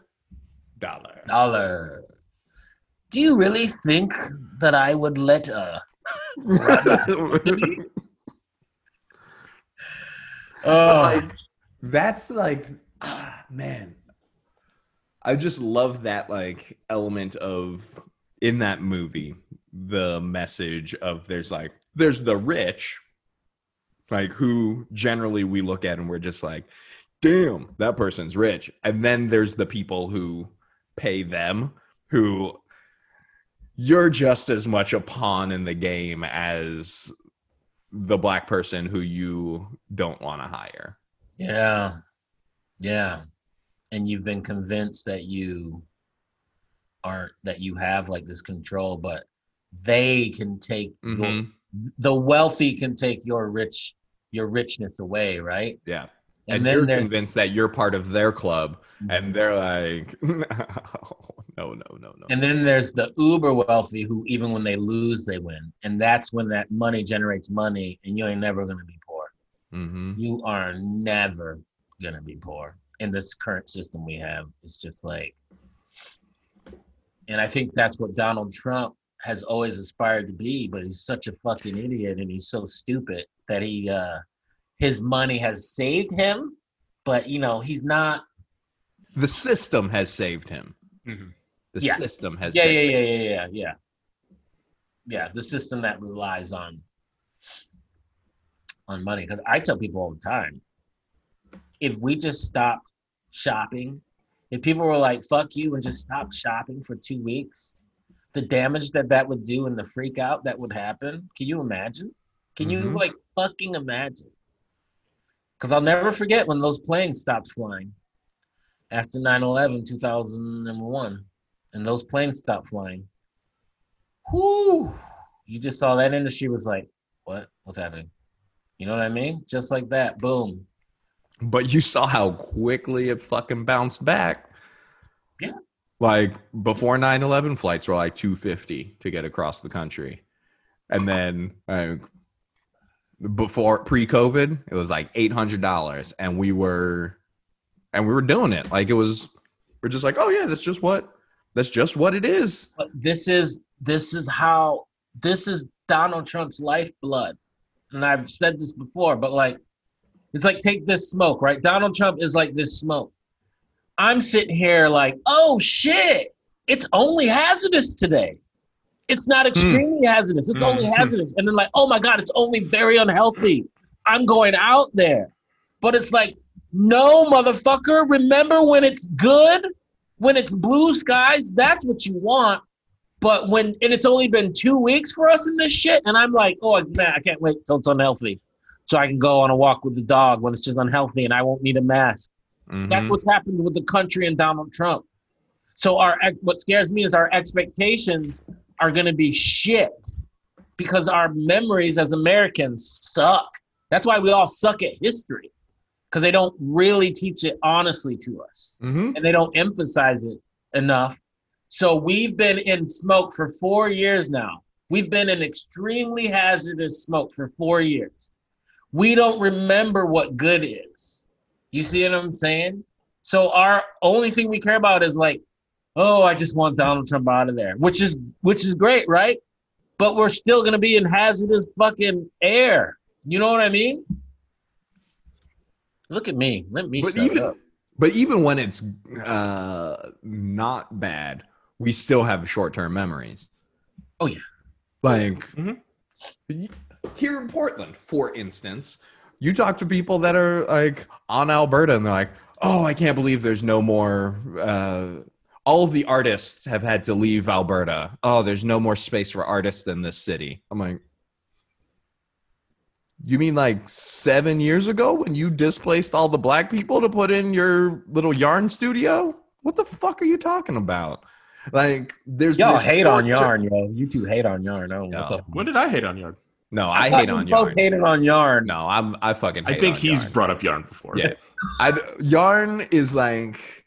dollar.
dollar. Do you really think that I would let uh, a? Oh,
like that's like ah, man i just love that like element of in that movie the message of there's like there's the rich like who generally we look at and we're just like damn that person's rich and then there's the people who pay them who you're just as much a pawn in the game as the black person who you don't want to hire
Yeah. Yeah. And you've been convinced that you aren't that you have like this control, but they can take your-
Mhm.
the wealthy can take your rich your richness away, right?
yeah
And,
and,
then
you're
there's
convinced that you're part of their club and they're like no no no no
and then there's the uber wealthy who even when they lose they win. And that's when that money generates money and you ain't never gonna be poor.
Mhm.
You are never gonna be poor in this current system we have. It's just like, and I think that's what Donald Trump has always aspired to be, but he's such a fucking idiot and he's so stupid that he, uh, his money has saved him, but you know he's not.
the system has saved him
Mhm.
the
Yeah.
system has
Yeah,
saved
yeah, yeah, yeah, yeah, yeah. Yeah, the system that relies on on money. Because I tell people all the time, if we just stopped shopping, if people were like "fuck you" and just stopped shopping for two weeks, the damage that that would do and the freak out that would happen. Can you imagine? Can
Mhm.
you like fucking imagine? Because I'll never forget when those planes stopped flying after 9-11 2001 and those planes stopped flying whoo you just saw that industry was like what what's happening you know what i mean just like that boom
But you saw how quickly it fucking bounced back.
Yeah.
Like before 9 11, flights were like 250 to get across the country. And then like before pre COVID, it was like $800. And we were, and we were doing it. Like it was, we're just like, oh yeah, that's just what, that's just what it is.
but this is this is how this is donald trump's lifeblood and i've said this before but like it's like take this smoke right donald trump is like this smoke i'm sitting here like oh shit it's only hazardous today it's not extremely hazardous it's only
Hmm.
hazardous and then like oh my god it's only very unhealthy i'm going out there but it's like no motherfucker remember when it's good when it's blue skies that's what you want but when and it's only been two weeks for us in this shit, and I'm like, oh man, I can't wait till it's unhealthy, so I can go on a walk with the dog when it's just unhealthy, and I won't need a mask. That's
Mhm.
what's happened with the country and Donald Trump. So our ex- what scares me is our expectations are going to be shit because our memories as Americans suck. That's why we all suck at history because they don't really teach it honestly to us
Mhm.
and they don't emphasize it enough. So we've been in smoke for four years now. We've been in extremely hazardous smoke for four years. We don't remember what good is. You see what I'm saying? So our only thing we care about is like, oh, I just want Donald Trump out of there, which is which is great, right? But we're still gonna be in hazardous fucking air. You know what I mean? Look at me. Let me
But
shut
even-
up.
But even when it's uh, not bad, we still have short-term memories.
Oh, yeah.
Like
Mhm.
y- here in Portland, for instance, you talk to people that are like on Alberta, and they're like, "Oh, I can't believe there's no more." Uh, all of the artists have had to leave Alberta. Oh, there's no more space for artists in this city. I'm like, you mean like seven years ago when you displaced all the black people to put in your little yarn studio? What the fuck are you talking about? Like, there's
Y'all
this
hate on
short-term-
yarn, yo. You two hate on yarn. I don't know what's
Yeah.
up.
When did I hate on Yarn?
No, I, hate
thought
on
we both
yarn.
hated on yarn.
No, I'm I fucking.
I
hate
think
on
he's
yarn.
brought up Yarn before.
Yeah. I'd, yarn is like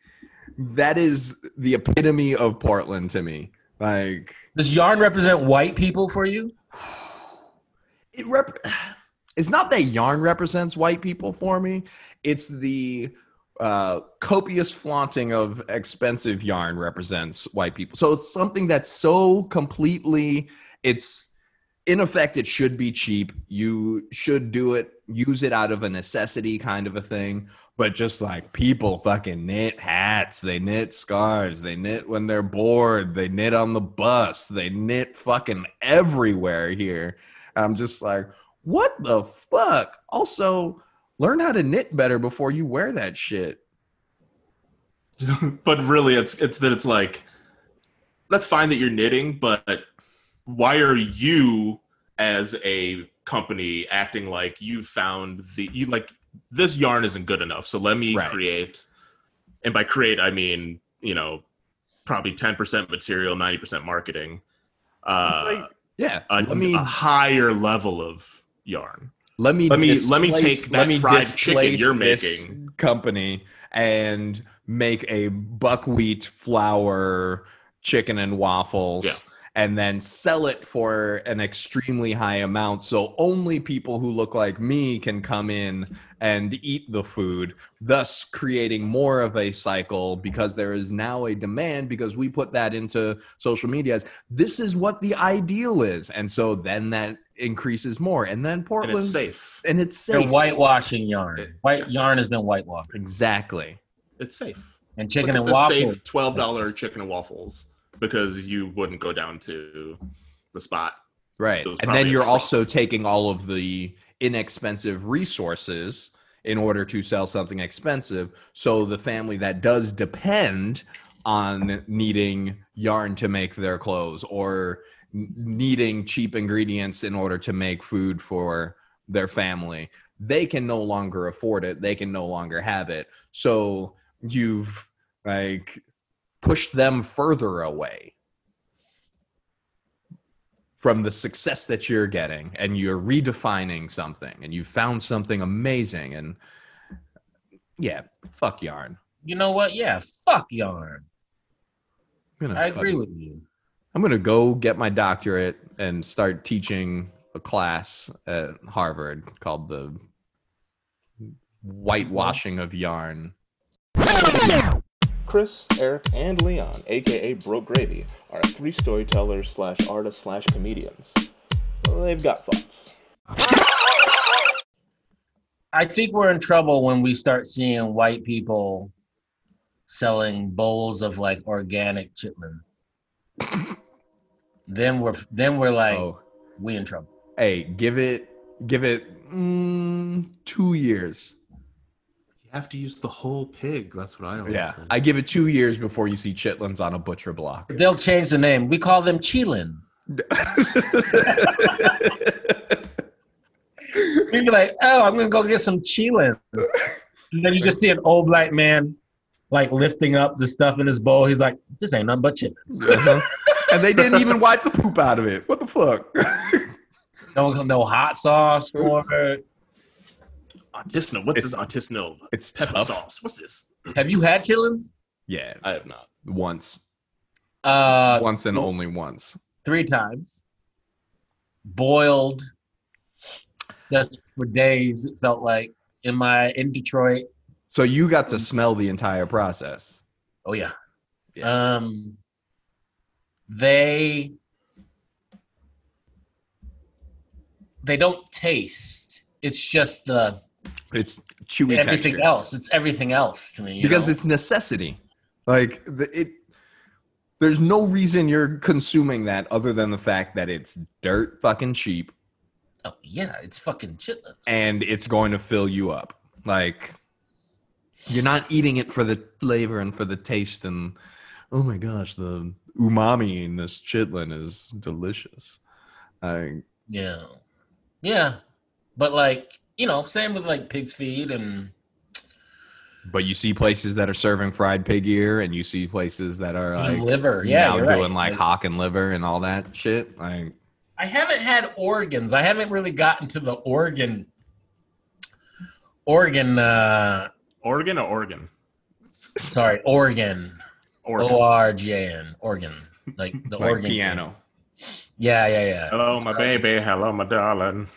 that is the epitome of Portland to me. Like
Does yarn represent white people for you?
it rep- it's not that yarn represents white people for me it's the uh, copious flaunting of expensive yarn represents white people so it's something that's so completely it's in effect it should be cheap you should do it use it out of a necessity kind of a thing but just like people fucking knit hats they knit scarves they knit when they're bored they knit on the bus they knit fucking everywhere here and I'm just like, what the fuck? Also, learn how to knit better before you wear that shit.
but really it's it's that it's like that's fine that you're knitting but why are you as a company acting like you found the you like this yarn isn't good enough so let me
Right.
create and by create i mean you know probably 10% material 90% marketing uh
Like, yeah.
a,
let me
a higher level of yarn
let me
let me- let me
displace-
take that fried chicken
displace
you're
this
making.
company and make a buckwheat flour chicken and waffles.
Yeah.
And then sell it for an extremely high amount. So only people who look like me can come in and eat the food, thus creating more of a cycle because there is now a demand because we put that into social media as this is what the ideal is. And so then that increases more. And then
and
Portland
it's safe
and it's
They're
safe.
whitewashing yarn. White
Yeah.
yarn has been whitewashed.
Exactly.
it's safe
And chicken
Look
and
at the
waffles.
safe twelve dollar chicken and waffles because you wouldn't go down to the spot.
Right.
It was
And then
probably a
you're
fraud.
also taking all of the inexpensive resources in order to sell something expensive. So the family that does depend on needing yarn to make their clothes or n- needing cheap ingredients in order to make food for their family, they can no longer afford it. They can no longer have it. So you've like pushed them further away from the success that you're getting and you're redefining something and you found something amazing and yeah fuck yarn
You know what? Yeah, fuck yarn.
I'm gonna
I agree
fuck-
with you.
i'm gonna go get my doctorate and start teaching a class at harvard called the whitewashing of yarn
Chris, Eric, and Leon, aka Broke Gravy, are three storytellers slash artists slash comedians. They've got thoughts.
I think we're in trouble when we start seeing white people selling bowls of like organic chitlins. then we're then we're like
oh
we in trouble.
hey give it give it mm, two years
You have to use the whole pig. That's what I always
yeah i give it two years before you see chitlins on a butcher block
They'll change the name. We call them chilins. We'd be like, oh, I'm gonna go get some chilins. And then you just see an old black man like lifting up the stuff in his bowl. He's like, this ain't nothing but chitlins.
Uh-huh. and they didn't even wipe the poop out of it. What the fuck?
No, no hot sauce for it.
Artisanal. What's
It's-
this artisanal
It's
pepper
tough.
sauce? What's this?
Have you had chillins?
Yeah,
I have not.
once,
Uh,
once and only once.
three times. boiled just for days. It felt like in my in Detroit.
So you got to smell the entire process.
Oh yeah.
Yeah.
Um they they don't taste. It's just the
It's chewy
everything
texture
else. It's everything else to me. you
because
know?
it's necessity. Like the, it, there's no reason you're consuming that other than the fact that it's dirt fucking cheap
oh, yeah, it's fucking chitlins.
and it's going to fill you up. Like you're not eating it for the flavor and for the taste and oh my gosh, the umami in this chitlin is delicious. I,
Yeah. Yeah. But like, you know, same with like pig's feet and
but you see places that are serving fried pig ear, and you see places that are like
even liver. Yeah.
now
you're
doing
right.
like hock and liver and all that shit. Like
I haven't had organs. I haven't really gotten to the organ organ uh
Oregon or Oregon?
sorry, organ.
Oregon.
O R G A N organ. Like the
like
organ thing.
piano. Oh.
Yeah, yeah, yeah.
Hello, my baby. Hello, my darling.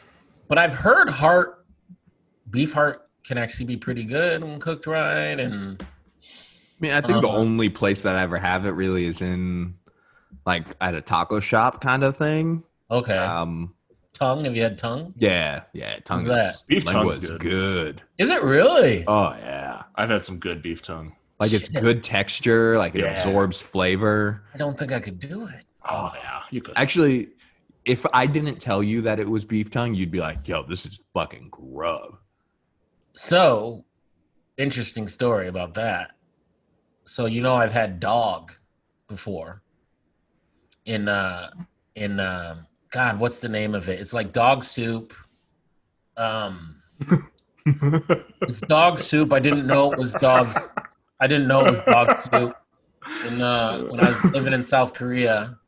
But I've heard heart beef heart can actually be pretty good when cooked right and
I mean, I think the
Uh-huh.
only place that I ever have it really is in like at a taco shop kind of thing.
okay.
Um,
tongue, have you had tongue?
yeah, yeah, tongue
What's
is
that?
Beef
lingua
tongue's
is
good.
good.
Is it really?
Oh yeah,
I've had some good beef tongue.
like it's good texture, like it
Yeah.
absorbs flavor.
I don't think I could do it.
Oh yeah, you could.
Actually, if I didn't tell you that it was beef tongue, you'd be like, "Yo, this is fucking grub."
So, interesting story about that. So you know I've had dog before. In uh in uh, God, what's the name of it? It's like dog soup. Um it's dog soup. I didn't know it was dog I didn't know it was dog soup in uh when I was living in South Korea.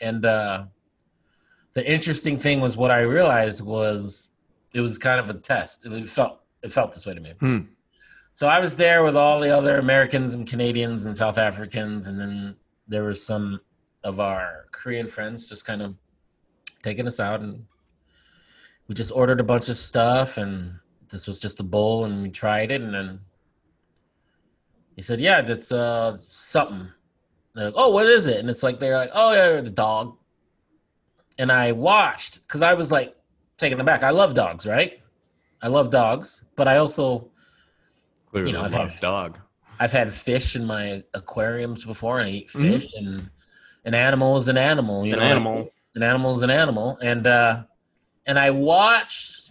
And uh the interesting thing was what I realized was it was kind of a test. It felt it felt this way to me.
Hmm.
So I was there with all the other Americans and Canadians and South Africans, and then there were some of our Korean friends just kind of taking us out, and we just ordered a bunch of stuff, and this was just a bowl, and we tried it, and then he said, "Yeah, that's uh something." They're like, "Oh, what is it?" And it's like they're like, "Oh yeah, the dog." And I watched because I was like taken aback. I love dogs, right? I love dogs, but I also
Clearly,
You know, I've
loves
had-
dog.
I've had fish in my aquariums before, and I eat fish, and an animal is an animal. You
An
know?
animal.
An animal is an animal, and uh, and I watched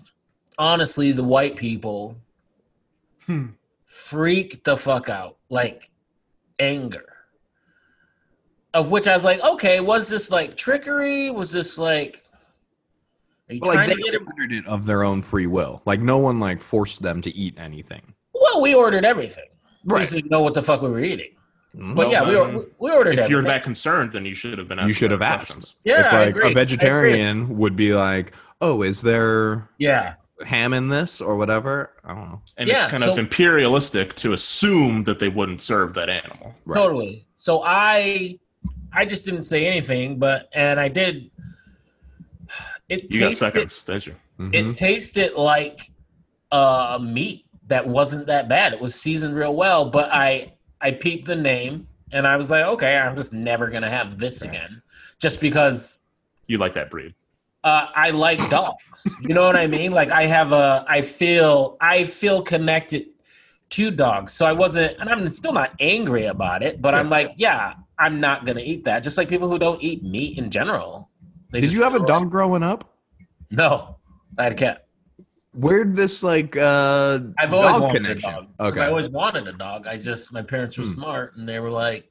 honestly the white people
Hmm.
freak the fuck out, like anger. Of which I was like, okay, was this like trickery? Was this like? Are you
But, like
trying
they
to get him?
ordered it of their own free will. Like no one like forced them to eat anything.
Well, we ordered everything. We just didn't know what the fuck we were eating.
Mhm.
But
Well,
yeah, we,
then,
or- we ordered
If
everything.
you're that concerned, then you should have been.
You should have
better
asked.
questions.
yeah,
it's
I
like
agree. I
a
agree.
vegetarian would be like, "Oh, is there
Yeah.
ham in this or whatever?" I don't know.
And
Yeah,
it's kind
so-
of imperialistic to assume that they wouldn't serve that animal.
Right.
Totally. So I I just didn't say anything, but and I did it
You got
tasted
seconds, Mm-hmm. did you?
Mhm.
it tasted like uh meat that wasn't that bad. It was seasoned real well, but I I peeped the name and I was like, okay, I'm just never gonna have this again. Just because
You like that breed?
uh, I like dogs. You know what I mean? Like I have a, I feel, I feel connected to dogs. So I wasn't, and I'm still not angry about it, but I'm like, yeah, I'm not gonna eat that. Just like people who don't eat meat in general. They
Did
just-
you have a dog growing up?
No, I had a cat.
Where'd this like uh
I've always
dog
wanted
connection?
a dog. 'Cause
Okay.
I always wanted a dog. I just, my parents were
Hmm.
smart, and they were like,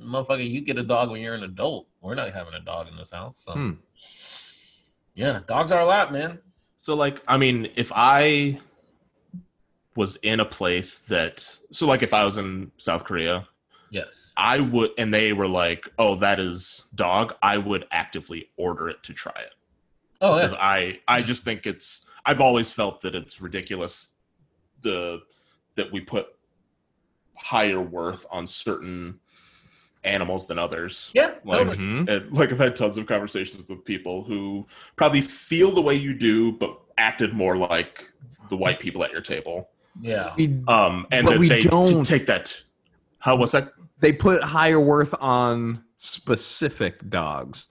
"Motherfucker, you get a dog when you're an adult. We're not having a dog in this house." So,
Hmm.
yeah, dogs are a lot, man.
So, like, I mean, if I was in a place that, so, like, if I was in South Korea,
Yes.
I would, and they were like, "Oh, that is dog," I would actively order it to try it.
Oh yeah.
because I I just think it's I've always felt that it's ridiculous the that we put higher worth on certain animals than others.
Yeah,
Like,
totally.
Mhm.
And, like I've had tons of conversations with people who probably feel the way you do, but acted more like the white people at your table.
Yeah.
We,
Um, and
But
that
we
they t-
don't.
take that. How was that?
they put higher worth on specific dogs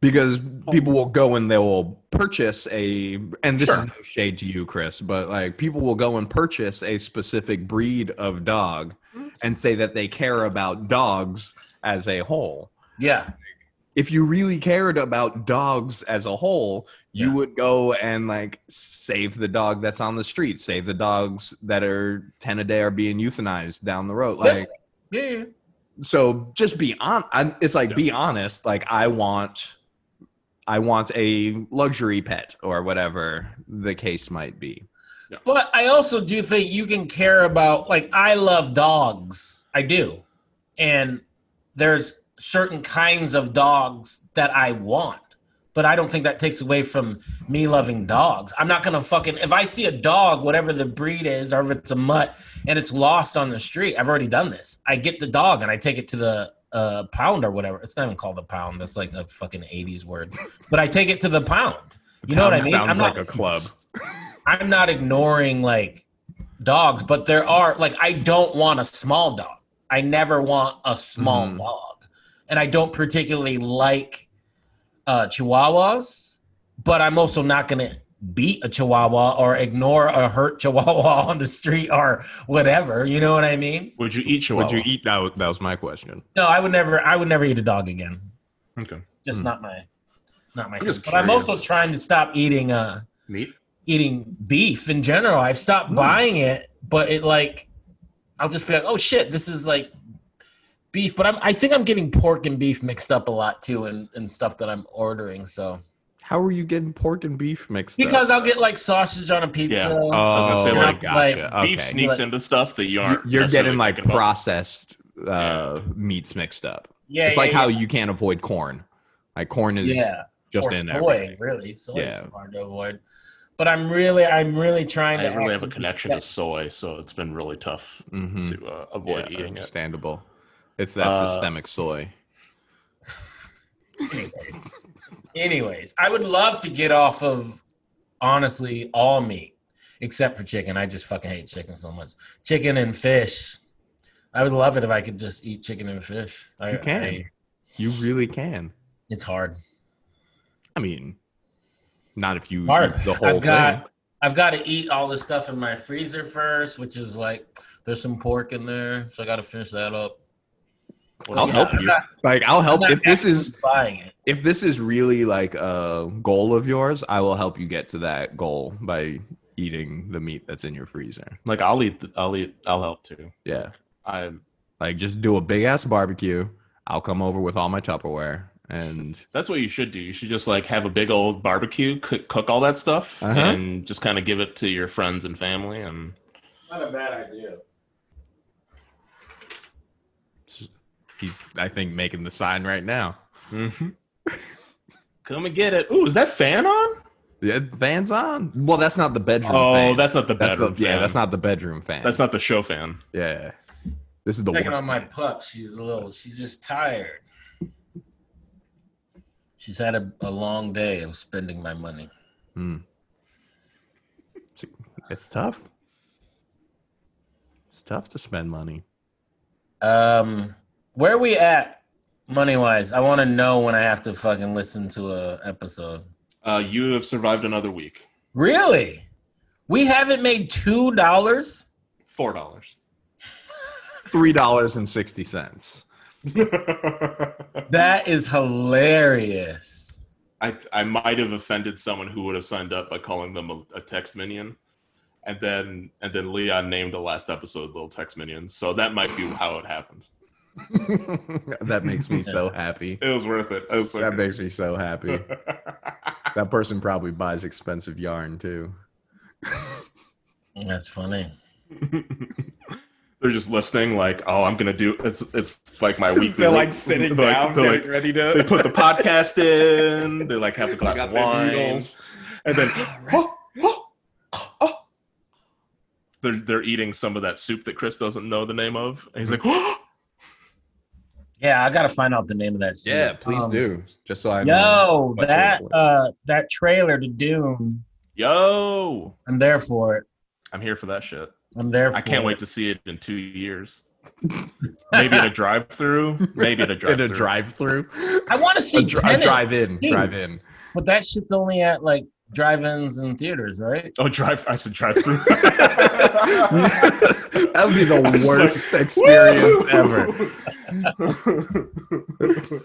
because people will go and they will purchase a and this is
Sure.
no shade to you chris but like people will go and purchase a specific breed of dog and say that they care about dogs as a whole
Yeah.
if you really cared about dogs as a whole, you
Yeah.
would go and like save the dog that's on the street, save the dogs that are 10 a day are being euthanized down the road.
Yeah.
Like,
Yeah. yeah.
so just be on, I'm, it's like, be honest. Like, I want, I want a luxury pet or whatever the case might be.
But I also do think you can care about like I love dogs. I do. And there's certain kinds of dogs that I want. But I don't think that takes away from me loving dogs. I'm not gonna fucking if I see a dog, whatever the breed is, or if it's a mutt and it's lost on the street, I've already done this. I get the dog and I take it to the uh, pound or whatever. It's not even called a pound. That's like a fucking 80s word. But I take it to the pound. You know what I mean?
Sounds
I'm not-
like a club.
I'm not ignoring like dogs, but there are like I don't want a small dog. I never want a small
Mm-hmm.
Mhm.
dog, and I don't particularly like uh, Chihuahuas. But I'm also not going to beat a Chihuahua or ignore a hurt Chihuahua on the street or whatever. You know what I mean?
Would you eat Chihuahua?
Would you eat? That, that was my question.
No, I would never. I would never eat a dog again.
Okay.
Just
Mm.
not my, not my.
Hmm. I'm just
thing. But I'm also
curious.
trying to stop eating. Uh,
meat?
eating beef in general. I've
Hmm.
stopped buying it, but it like I'll just be like, oh shit, this is like beef. But I'm I think I'm getting pork and beef mixed up a lot too, and and stuff that I'm ordering. So
How are you getting pork and beef mixed up?
because I'll get like sausage on a pizza.
Yeah.
Oh, I
was gonna say,
like,
gotcha.
Beef
okay.
sneaks into stuff that you
you're,
aren't.
you're
necessarily
getting like
thinking about.
processed uh, meats mixed up.
Yeah,
it's
yeah,
like
yeah.
how you can't avoid corn. Like corn is
yeah,
just
or
in
soy,
everything.
really. Soy is
Yeah.
hard to avoid. But I'm really, I'm really trying
I
to.
didn't really have a
actually
connection to
step-
soy, so it's been really tough
Mhm.
to uh,
Yeah,
avoid eating it.
understandable. It's that
Uh,
systemic soy.
Anyways. Anyways, I would love to get off of honestly all meat except for chicken. I just fucking hate chicken so much. Chicken and fish. I would love it if I could just eat chicken and fish. I,
You can.
I-
You really can.
it's hard.
I mean, not if you
Hard.
eat the whole
I've
thing.
got I've got to eat all this stuff in my freezer first, which is like there's some pork in there, so I got to finish that up.
I'll
Yeah,
help
I'm
you.
not-
Like I'll help
I'm not
if this is
actually buying it.
if this is really like a goal of yours, I will help you get to that goal by eating the meat that's in your freezer.
Like I'll eat. I'll eat. I'll help too.
Yeah.
I'm.
Like just do a big ass barbecue. I'll come over with all my Tupperware and
That's what you should do. You should just like have a big old barbecue, cook, cook all that stuff,
Uh-huh.
and just kind of give it to your friends and family. And
Not a bad idea.
he's I think making the sign right now. Mm-hmm.
come and get it. Ooh, is that fan on?
Yeah, fan's on. Well, that's not the bedroom.
Oh,
fan.
that's not the
That's
bedroom.
the yeah,
fan.
that's not the bedroom fan.
That's not the show fan.
yeah. This is the
Checking
work
on my pup. She's a little. She's just tired. She's had a, a long day of spending my money.
It's tough. It's tough to spend money.
Um, where are we at money wise? I want to know when I have to fucking listen to a episode.
Uh, you have survived another week.
Really? We haven't made two dollars.
Four dollars.
Three dollars and sixty cents.
That is hilarious.
I I might have offended someone who would have signed up by calling them a, a text minion, and then and then Leon named the last episode "Little Text Minions," so that might be how it happened.
that makes me so happy.
It was worth it. I was so
That
good.
makes me so happy. That person probably buys expensive yarn too.
That's funny.
They're just listening, like, "Oh, I'm gonna do." It's it's like my weekly. they're like- they're like-
ready
they put the podcast in. They like have a glass
got
of
their
wine,
noodles.
and then they're they're eating some of that soup that Chris doesn't know the name of, and he's like,
Yeah, I gotta find out the name of that. Series.
Yeah, please
Um,
do. Just so I know.
Yo,
what to
that
look for.
uh, that trailer to Doom.
Yo,
I'm there for it.
I'm here for that shit.
I'm there. For
I can't
it.
wait to see it in two years. maybe at a drive-through. Maybe at a
in a
drive-through.
drive-through.
I want to
A
see
dri- a
Tenet,
drive-in.
Dude.
Drive-in.
but that shit's only at like drive-ins and theaters, right?
oh, drive! I said drive-through.
that would be
I
the
was
worst experience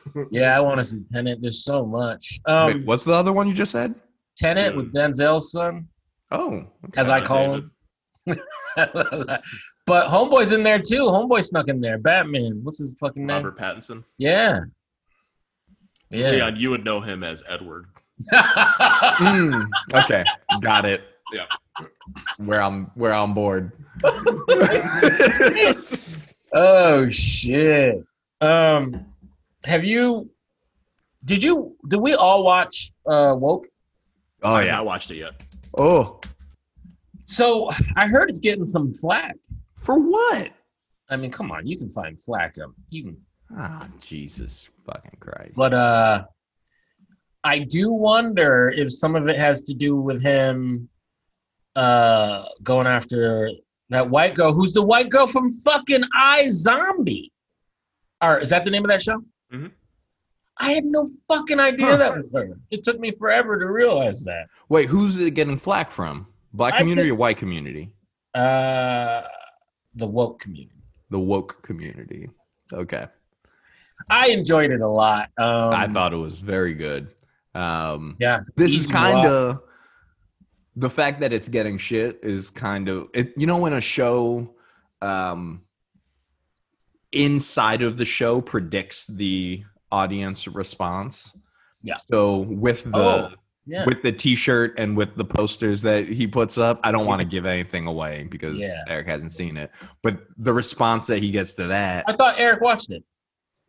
Woo!
ever.
Yeah, I want to see Tenet. There's so much. Um,
Wait, what's the other one you just said?
Tenet with Denzel's son,
Oh, okay.
as I call him. but Homeboy's in there too. Homeboy snuck in there. Batman. What's his fucking name?
Robert Pattinson.
Yeah. Yeah.
Leon, you would know him as Edward.
Mm, okay, got it.
Yeah.
Where I'm, where I'm bored.
oh shit. Um have you did you did we all watch uh woke?
Oh
I
yeah.
watched it yet.
Oh,
So I heard it's getting some flack.
for what?
I mean, come on, you can find flack of even
Ah, Jesus fucking Christ.
but uh I do wonder if some of it has to do with him uh going after that white girl who's the white girl from fucking I Zombie. Or is that the name of that show?
Mhm.
I had no fucking idea
Mm-hmm. Huh.
that was her. It took me forever to realize that.
Wait, who's it getting flack from? Black
I
community
think-
or white community?
Uh the woke community.
The woke community. Okay.
I enjoyed it a lot. Um,
I thought it was very good. Um,
yeah.
this is
Ethan
kind
Hawke.
of the fact that it's getting shit is kind of it, you know when a show um inside of the show predicts the audience response
Yeah.
so with the
Oh, yeah.
with the t-shirt and with the posters that he puts up i don't want to give anything away because
Yeah.
eric hasn't seen it but the response that he gets to that
I thought Eric watched it.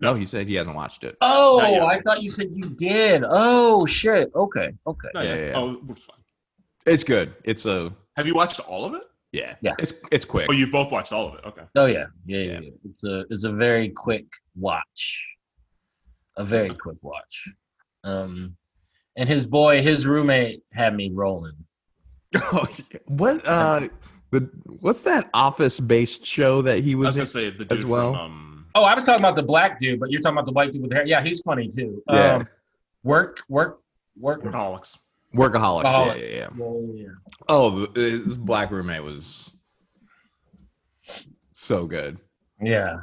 no he said he hasn't watched it
Oh,
Not yet.
I thought you said you did. Oh shit. Okay. Okay.
No,
Yeah, yeah, yeah.
Oh, it's fine.
it's good it's a
Have you watched all of it?
yeah
Yeah.
it's it's quick
Oh, you've both watched all of it. Okay.
Oh yeah. Yeah, yeah.
Yeah.
yeah. It's a it's a very quick watch. A very quick watch. Um and his boy, his roommate had me rolling.
Oh, yeah. what uh the what's that office based show that he
I
was
was
in?
gonna say the dude
as well?
from um,
Oh, I was talking about the black dude, but you're talking about the white dude with the hair. Yeah, he's funny too.
Yeah.
Um, work, work, work.
Oh.
Yeah,
Workaholics.
Workaholics. Yeah,
Workaholics.
yeah, yeah.
yeah, yeah.
Oh, the- his black roommate was so good.
Yeah.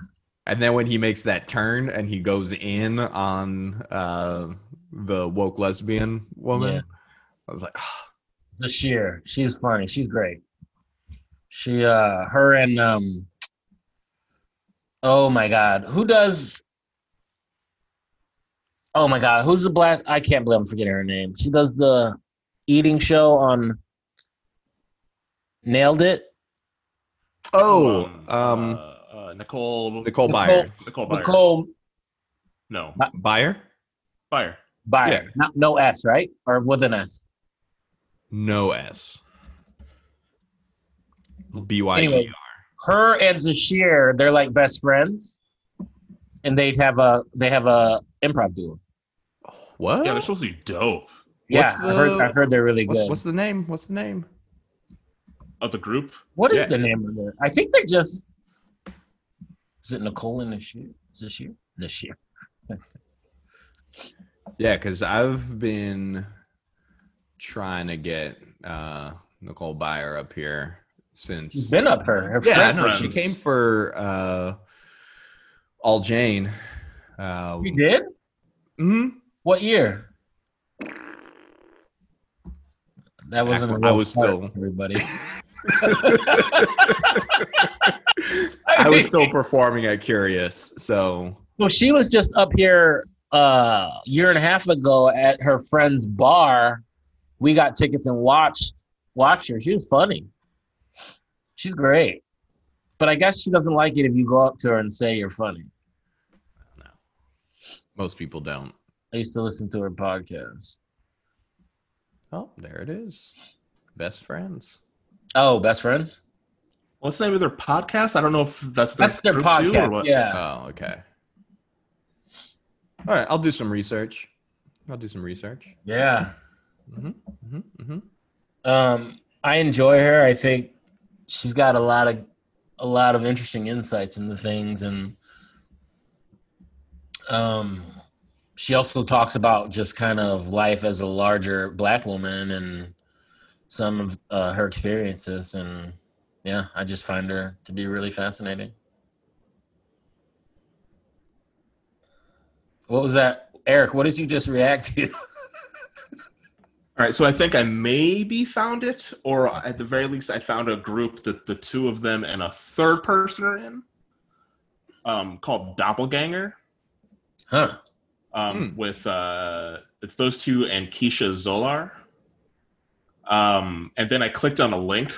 And then when he makes that turn and he goes in on uh the woke lesbian woman,
Yeah.
I was like,
Zashir. She's funny. She's great. She uh her and um Oh my god. Who does Oh my god, who's the black I can't believe I'm forgetting her name. She does the eating show on Nailed It.
oh, um,
uh, uh, Nicole.
Nicole
Nicole-
Byer.
Nicole Byer.
Nicole
No,
Byer?
Byer.
Byer.
Yeah.
Not no S, right? Or with an S.
No S. B Y E
Hmm. Anyway.
R.
her and Zashir, they're like best friends, and they have a they have a improv duo.
What?
Yeah, they're supposed to be dope.
Yeah,
What's
I heard
the-
I heard they're really
what's,
good.
what's the name? What's the name?
Of the group,
what is
yeah.
the name of it? I think they're just. Is it Nicole and Zashir? Zashir? Zashir.
Yeah, because I've been trying to get uh, Nicole Byer up here
She's
since.
been up her. her
yeah, I
friend.
know. She
friends.
came for uh, All Jane. Um,
You did?
mhm.
What year? That wasn't. a
I
real
was
start,
still-
everybody.
I was still performing at Curious, so
Well, she was just up here a uh, year and a half ago at her friend's bar. We got tickets and watched watched her. She was funny. She's great, but I guess she doesn't like it if you go up to her and say you're funny.
most people don't.
I used to listen to her podcast.
Oh, there it is. Best friends.
Oh, best friends.
what's the name of their podcast? I don't know if that's their
That's their
group too, or
podcast.
what.
yeah.
Oh, okay. All right, I'll do some research. I'll do some research.
Yeah.
Mm-hmm,
hmm hmm
Um, I enjoy her. I think she's got a lot of a lot of interesting insights into things, and um, she also talks about just kind of life as a larger black woman and some of uh, her experiences. And yeah, I just find her to be really fascinating. What was that, Eric? What did you just react to?
All right, so I think I maybe found it, or at the very least, I found a group that the two of them and a third person are in, um, called Doppelganger,
Huh?
um,
Hmm.
with uh, it's those two and Keisha Zolar. Um, and then I clicked on a link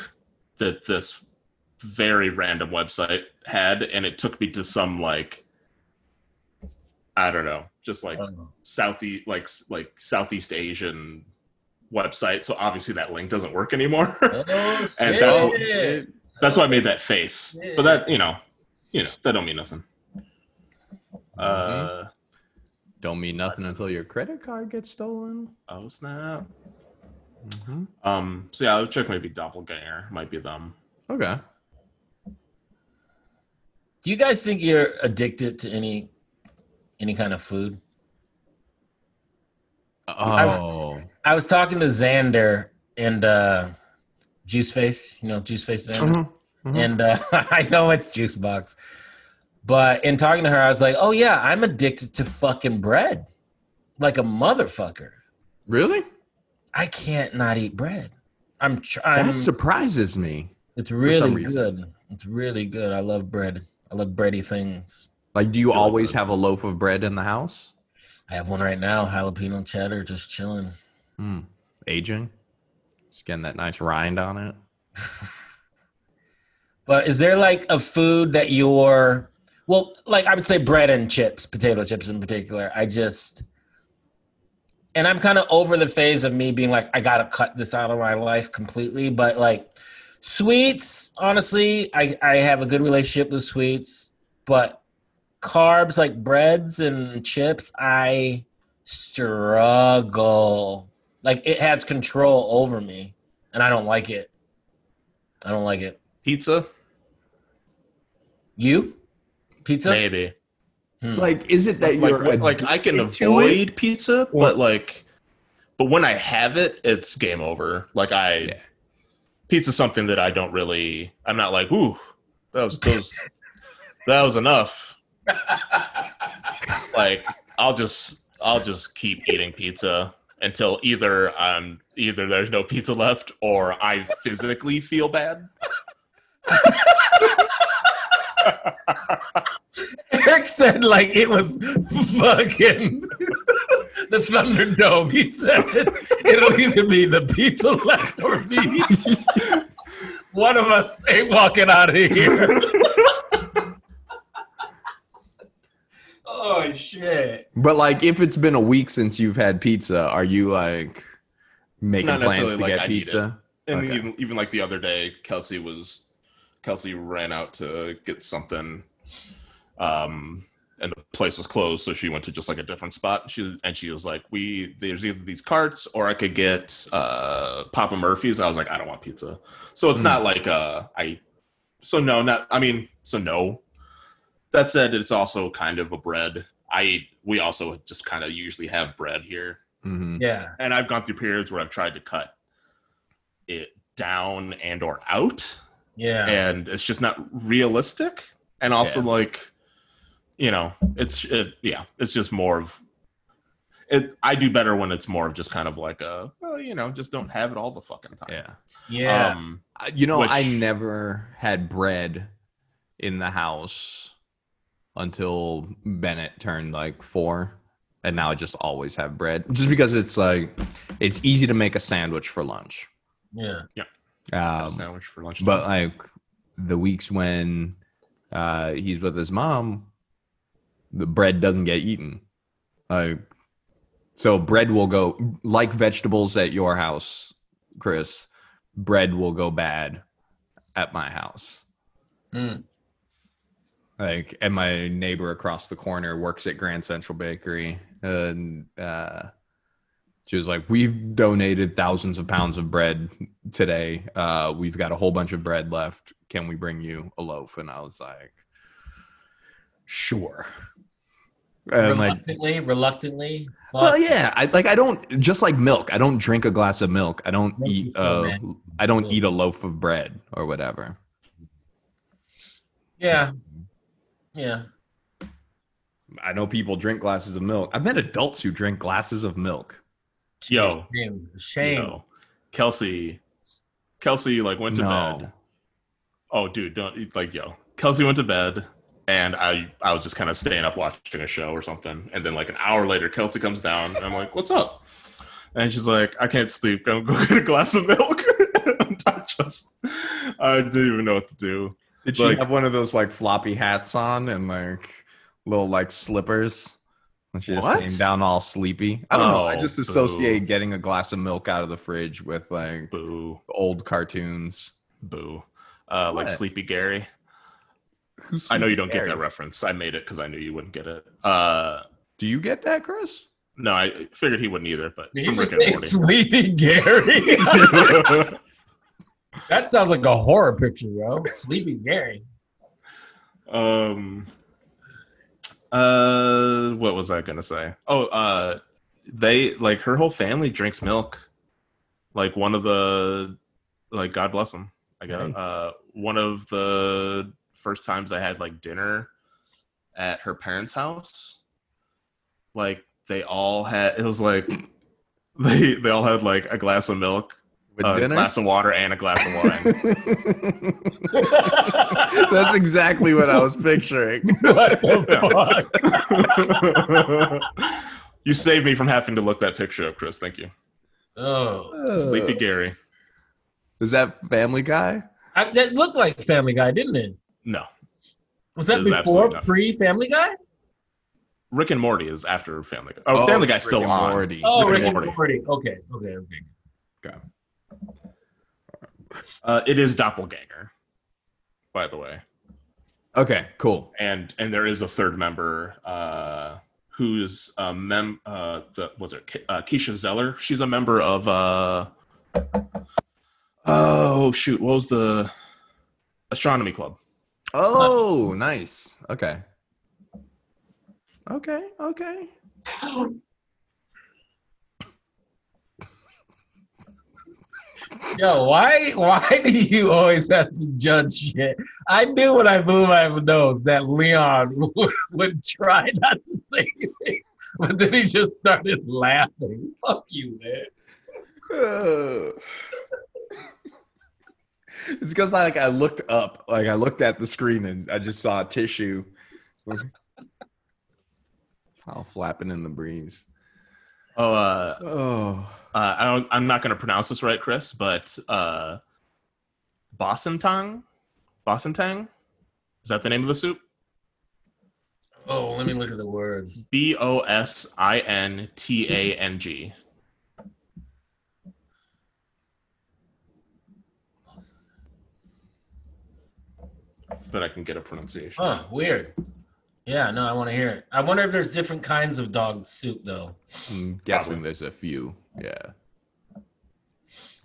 that this very random website had, and it took me to some like, I don't know, just like southeast like like southeast asian website so obviously that link doesn't work anymore
Oh,
And that's what-
shit.
that's why i made that face but that you know you know that don't mean nothing
Mm-hmm.
uh
Don't mean nothing until your credit card gets stolen.
oh snap
Mhm.
um so yeah i would check maybe doppelganger might be them
Okay.
Do you guys think you're addicted to any any kind of food?
Oh,
I was talking to Xander and uh Juice Face, you know, Juice Face
Mm-hmm,
Mm-hmm,
Xander. And uh, I know it's Juice Box. But in talking to her, I was like, oh yeah, I'm addicted to fucking bread. Like a motherfucker.
really?
I can't not eat bread. I'm trying
That surprises me.
it's
some
really
reason.
good. It's really good. I love bread. I love bready things.
Like, do you
Really
always
good.
have a loaf of bread in the house?
I have one right now, jalapeno cheddar, just chilling.
Hmm. Aging, just getting that nice rind on it.
But is there like a food that you're well, like I would say bread and chips, potato chips in particular. I just and I'm kind of over the phase of me being like, I gotta cut this out of my life completely. But like sweets, honestly, I, I have a good relationship with sweets, but carbs like breads and chips, I struggle. Like it has control over me, and I don't like it. I don't like it.
pizza
You? Pizza?
maybe
Like, is it that
like, what- like i can avoid pizza but like but when i have it it's game over like i
Yeah.
pizza's something that i don't really i'm not like ooh that was that was, that was enough like i'll just i'll just keep eating pizza until either um either there's no pizza left or i physically feel bad
Eric said like it was fucking the Thunderdome. He said it. it'll either be the pizza left or me. One of us ain't walking out of here. oh shit.
But like, if it's been a week since you've had pizza, are you like making
Not
plans
necessarily,
to
like,
get
I need it.
pizza?
And
Okay.
even even like the other day, Kelsey was Kelsey ran out to get something, um, and the place was closed, so she went to just like a different spot. She and she was like, "We there's either these carts or I could get uh, Papa Murphy's." I was like, "I don't want pizza," so it's
Hmm.
not like uh, I. So no, not I mean, so no. That said, it's also kind of a bread. I we also just kind of usually have bread here
hmm
Yeah.
and I've gone through periods where I've tried to cut it down and or out,
Yeah.
and it's just not realistic. And also, like, you know, it's it, yeah, it's just more of it. I do better when it's more of just kind of like a, well, you know, just don't have it all the fucking time.
Yeah.
Yeah.
Um,
Uh, You know, I
Which-
never had bread in the house until Bennett turned like four. And now I just always have bread just because it's like, it's easy to make a sandwich for lunch.
yeah.
a
Um,
Ah, sandwich for lunch.
but like the weeks when uh, he's with his mom, the bread doesn't get eaten. Like, so bread will go like vegetables at your house, Chris. Bread will go bad at my house.
Mm.
Like, and my neighbor across the corner works at Grand Central Bakery, and uh, she was like, "We've donated thousands of pounds of bread today. Uh, we've got a whole bunch of bread left. Can we bring you a loaf?" And I was like, "Sure." And like,
reluctantly, reluctantly.
well,
fuck.
yeah, I like I don't just like milk. I don't drink a glass of milk. I don't
Milk
eat
is so
a,
bad.
I don't eat a loaf of bread or whatever.
yeah, yeah.
I know people drink glasses of milk. I've met adults who drink glasses of milk.
Yo,
Shame, shame.
yo, Kelsey, Kelsey like went to
no.
bed. Oh, dude, don't like yo. Kelsey went to bed, and I I was just kind of staying up watching a show or something, and then like an hour later, Kelsey comes down, and I'm like, "What's up?" And she's like, "I can't sleep. I'm going to get a glass of milk." I just I didn't even know what to do.
Did
Like-
she have one of those like floppy hats on and like little like slippers? And she just
What?
came down all sleepy. I don't know. I
Oh,
just
boo.
associate getting a glass of milk out of the fridge with like
Boo,
old cartoons.
boo. Uh, like
What?
Sleepy Gary.
Who's
I know you don't get that
Gary?
reference. I made it because I knew you wouldn't get it. Uh,
Do you get that, Chris?
no, I figured he wouldn't either. But
Did
from
you just
Rick
say
and
Sleepy Gary?
Morty.
that sounds like a horror picture, yo. Sleepy Gary.
Um. Uh, what was I gonna say? Oh, uh, they like her whole family drinks milk. Like one of the, like God bless them. I guess.
Right.
Uh, one of the first times I had like dinner at her parents' house, like they all had. It was like they they all had like a glass of milk,
With
a
dinner?
glass of water, and a glass of wine.
That's
what
exactly what I was picturing.
the fuck?
you saved me from having to look that picture up, Chris. Thank you.
Oh,
Uh.
Sleepy Gary.
Is that Family Guy?
I, that looked like Family Guy, didn't it?
No.
Was that
It was
before
absolutely not.
pre Family Guy?
Rick and Morty is after Family Guy. Oh, Family Guy's
Rick
still
and
on.
Morty.
Oh,
Rick
Rick
and
and
Morty.
Morty. Okay, okay, okay.
Uh, it is Doppelganger, by the way.
Okay, cool.
And and there is a third member uh, who's a mem. Uh, the was it Ke- uh, Keisha Zeller? She's a member of. Uh, oh shoot! What was the astronomy club?
Oh, nice. Okay. Okay, okay.
Yo, why why do you always have to judge shit? I knew when I blew my nose that Leon would, would try not to say anything, but then he just started laughing. Fuck you, man.
it's because I, like I looked up, like I looked at the screen and I just saw a tissue all flapping in the breeze.
Oh, uh,
Oh,
uh, I don't, I'm not going to pronounce this right, Chris, but uh, Bosentang? Bosentang? Is that the name of the soup?
Oh, let me look at the word.
B O S I N T A N G. But I can get a pronunciation.
Huh, weird. Yeah, no, I want to hear it. I wonder if there's different kinds of dog soup though.
I'm guessing there's a few, yeah.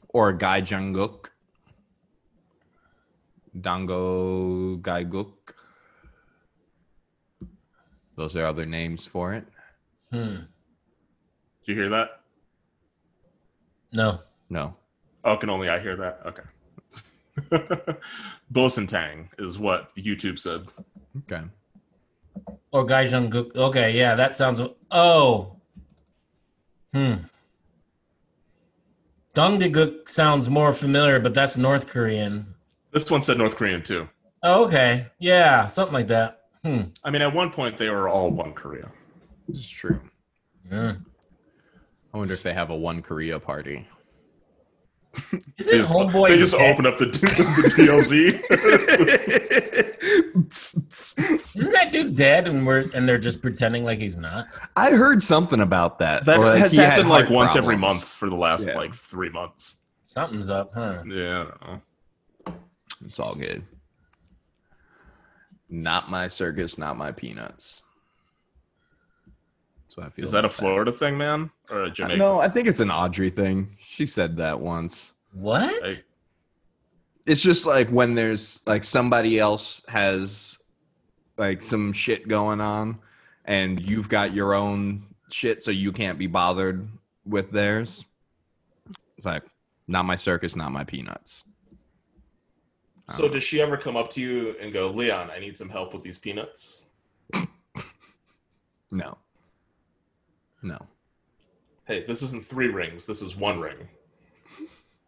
Or Gai Jungkook, Dango Gai Gook. Those are other names for it.
Hmm.
Do you hear that?
No.
No,
Oh, can only I hear that? Okay. Bosentang is what YouTube said.
okay.
Or Gaijang Gook. Okay, yeah, that sounds. Oh. Hmm. Dongdaeguk sounds more familiar, but that's North Korean.
This one said North Korean too.
Oh, okay. Yeah, something like that. Hmm.
I mean, at one point they were all one Korea.
This is true.
Yeah.
I wonder if they have a one Korea party.
They
Isn't
just,
Homeboy
they just
dead?
open up the, the
Isn't that dude dead, and we're and they're just pretending like he's not?
I heard something about that.
DLZ. that
or, like,
has
he had
happened like
heart
once every
problems.
month for the last
Yeah.
like three months.
Something's up, huh?
Yeah, I don't know.
It's all good. Not my circus, not my peanuts. That's what I feel.
Is that a
about
Florida thing, man, or a Jamaica?
No, I think it's an Audrey thing. She said that once.
What?
Like,
It's just like when there's like somebody else has like some shit going on and you've got your own shit so you can't be bothered with theirs. It's like not my circus, not my peanuts. I
so
don't know.
does she ever come up to you and go, Leon, I need some help with these peanuts?
No. No.
Hey, this isn't three rings. This is one ring.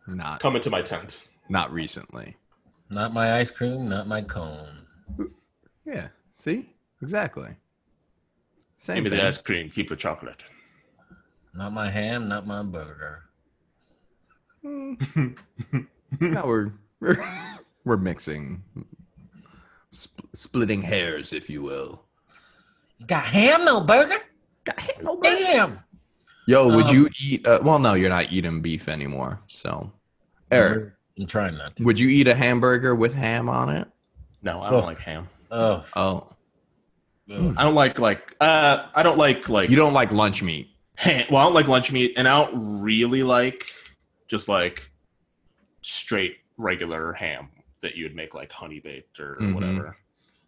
Not
Come into my tent.
not recently.
Not my ice cream, not my cone.
Yeah. See? Exactly.
Give
Same
me
thing.
the ice cream. Keep the chocolate.
Not my ham, not my burger.
Mm. now we're we're, we're mixing Sp- splitting hairs if you will
You got ham, no burger? Damn.
yo would
Um,
you eat uh, well no you're not eating beef anymore so eric
I'm trying not to.
would you eat a hamburger with ham on it
No, I don't
Ugh.
like ham.
Oh,
oh
ugh.
I don't like like uh I don't like like
you don't like lunch meat
ham. well, I don't like lunch meat and I don't really like just like straight regular ham that you would make like honey baked or
Mhm.
whatever.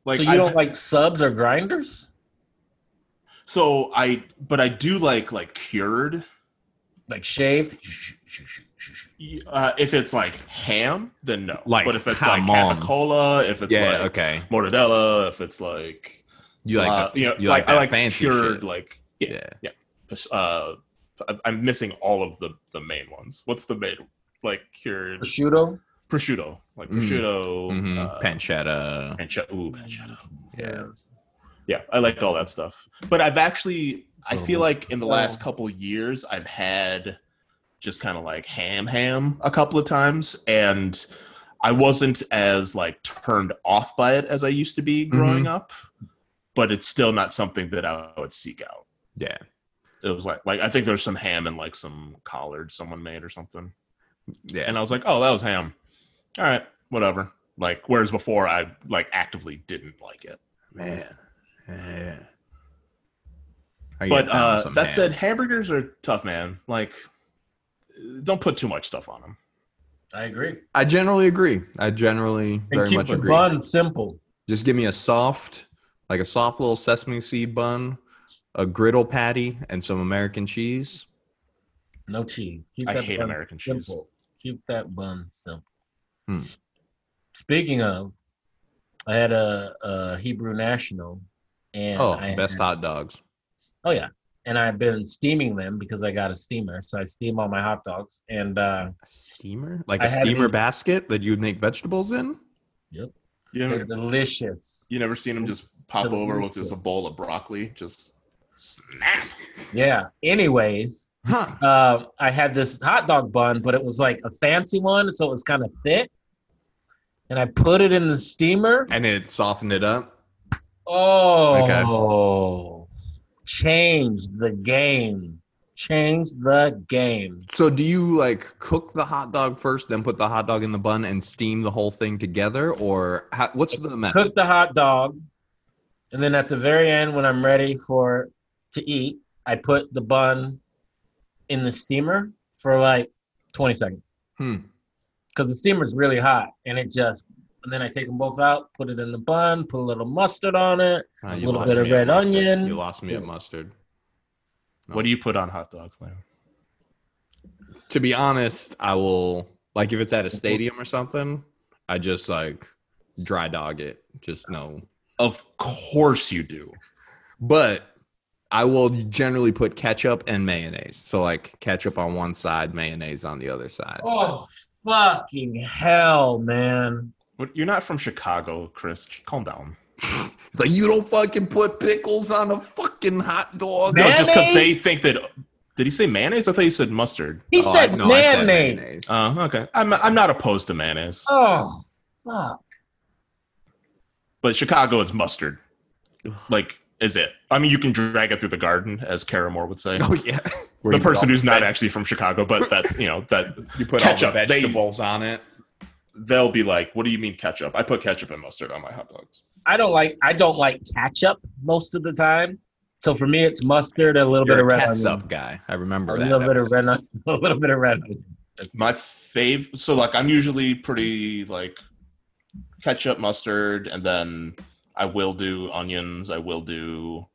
Like
so you
I've-
don't like subs or grinders?
so I but I do like like cured
Like shaved?
Uh, if it's like ham, then no.
Like,
but if it's
come
like
on.
capicola, if it's
yeah
like
okay
mortadella, if it's like
you like
uh,
the,
you know,
you
like,
like that
I like
fancy
cured,
shit.
like yeah.
yeah
Uh, I- I'm missing all of the the main ones. What's the main like cured
Prosciutto?
prosciutto, like
Mm.
prosciutto,
hmm
uh,
pancetta
pancetta, ooh, pancetta.
yeah
Yeah, I liked all that stuff. But I've actually, I feel
Oh.
like in the
Oh.
last couple years, I've had just kind of like ham ham a couple of times, and I wasn't as like turned off by it as I used to be
Mm-hmm.
growing up. But it's still not something that I would seek out.
yeah
It was like, like I think there's some ham and like some collard someone made or something,
yeah
and I was like, oh, that was ham. All right, whatever. Like, whereas before I like actively didn't like it.
man yeah I
but
get down with
uh,
some
that
ham.
said, hamburgers are tough, man. Like, uh, don't put too much stuff on them.
I agree.
I generally agree. I generally very
keep
much
the
agree.
Bun simple.
Just give me a soft, like a soft little sesame seed bun, a griddle patty, and some American cheese.
No cheese. Keep
I hate American cheese.
Keep that bun simple.
Hmm.
Speaking of, I had a, a Hebrew national, and
oh,
I
best
had-
hot dogs.
Oh yeah, and I've been steaming them because I got a steamer, so I steam all my hot dogs. And uh,
A steamer, like
I
a
had
steamer
it-
basket that you'd make vegetables in.
You
they're
never,
delicious.
you never seen them just pop
Never
over
heard
with
of
just a
it.
bowl of broccoli, just snap.
Yeah. Anyways,
Huh?
uh, I had this hot dog bun, but it was like a fancy one, so it was kind of thick. And I put it in the steamer.
And it softened it up.
Oh, change the game. Change the game.
So, do you like cook the hot dog first, then put the hot dog in the bun and steam the whole thing together, or how, what's the method?
Cook the hot dog, and then at the very end, when I'm ready for to eat, I put the bun in the steamer for like 20 seconds
Hmm.
because the steamer's really hot, and it just. And then I take them both out, put it in the bun, put a little mustard on it.
Ah,
A
you
little
lost
bit
of
me at
red
mustard.
onion.
You lost me at mustard.
What do you put on hot dogs, Leo?
to be honest, I will like if it's at a
Mm-hmm.
stadium or something, I just like dry dog it. Just no.
Of course you do.
But I will generally put ketchup and mayonnaise. So like ketchup on one side, mayonnaise on the other side.
Oh, fucking hell, man.
What, you're not from Chicago, Chris. Calm down.
It's like you don't fucking put pickles on a fucking hot dog.
No, just because they
Mayonnaise?
think that. Did he say mayonnaise? I thought you said mustard.
He
Oh, I-
said
no, I said Um,
mayonnaise.
Uh, okay. I'm, I'm not opposed to mayonnaise,
Oh, fuck.
but Chicago, it's mustard. Like, is it? I mean, you can drag it through the garden, as Kara Moore would say.
oh yeah. Where
the
you put
person
all
who's not
veg-
actually from Chicago, but that's you know that
you put
ketchup,
all the
they-
vegetables on it.
they'll be like, "What do you mean ketchup? I put ketchup and mustard on my hot dogs."
I don't like I don't like ketchup most of the time. So for me, it's mustard, a little bit of
a
red
ketchup
onion,
guy. I
a
remember that.
little
That
bit
was-
of red onion, a little bit of red onion.
My fave. So like I'm usually pretty like ketchup, mustard, and then I will do onions. I will do.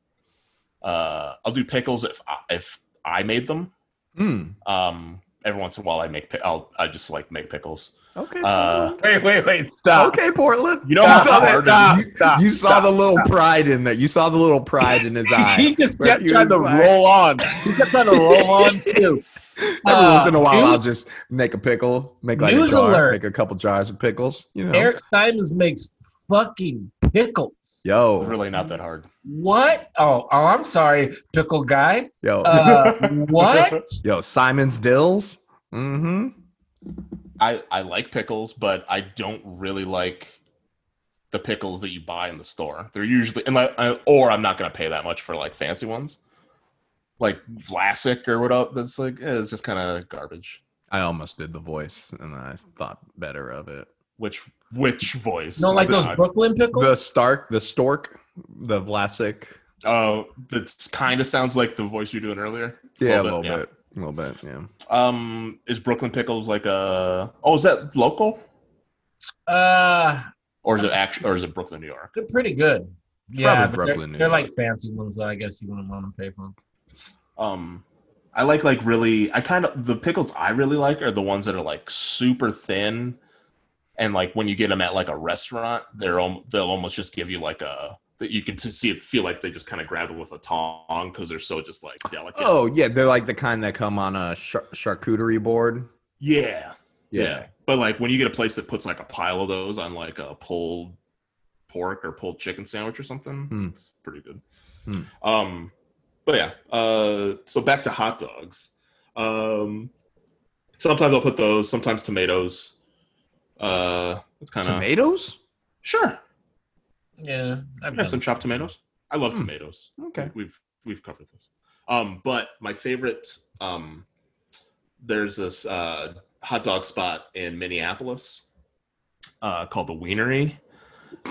Uh, I'll do pickles if I, if I made them.
Mm,
Um, every once in a while I make. pi- I'll I just like make pickles.
okay.
Uh,
Portland.
Wait, wait, wait! Stop!
okay, Portland.
You know
you
how
saw
hard
that.
it
you, you saw the little pride in that. You saw the little pride in his
he
eye.
just
Where
kept
he
trying to
was like-
roll on. He kept trying to roll on too.
Every
Uh,
once in a while,
dude,
I'll just make a pickle, make like a
News
jar,
alert.
make a couple jars of pickles. You know,
Eric Simons makes fucking pickles.
yo,
Really not that hard.
What? Oh, oh, I'm sorry, pickle guy.
yo,
Uh, what?
yo, Simon's Dills. Mm-hmm.
I I like pickles, but I don't really like the pickles that you buy in the store. They're usually and like I, or I'm not gonna pay that much for like fancy ones, like Vlasic or what up. That's like eh, it's just kind of garbage.
I almost did the voice, and I thought better of it.
Which which voice?
You don't like those
I-
Brooklyn pickles?
The Stark, the Stork, the Vlasic.
Oh, that kind of sounds like the voice you were doing earlier.
Yeah, a little, bit, a little bit. Yeah.
yeah. Um, is Brooklyn pickles like a? Oh, is that local
uh,
or is it actually or is it Brooklyn, New York?
they're pretty good.
It's
yeah,
probably
but
Brooklyn, New
they're, they're
York.
like fancy ones. Though I guess you wouldn't want to pay for them.
Um, I like like really. I kind of the pickles I really like are the ones that are like super thin, and like when you get them at like a restaurant, they're al- they'll almost just give you like a that you can t- see it feel like they just kind of grabbed it with a tong because they're so just like delicate.
Oh yeah, they're like the kind that come on a char- charcuterie board.
yeah, yeah, But like when you get a place that puts like a pile of those on like a pulled pork or pulled chicken sandwich or something,
Hmm.
it's pretty good.
Hmm.
Um, but yeah. Uh, so back to hot dogs. Um, sometimes I'll put those. Sometimes tomatoes. Uh, it's kind of
tomatoes.
sure.
Yeah, I've
Yeah,
done
some chopped tomatoes. I love
Hmm.
tomatoes.
Okay.
We've we've covered this. Um, but my favorite um, there's this uh, hot dog spot in Minneapolis uh, called the Wienery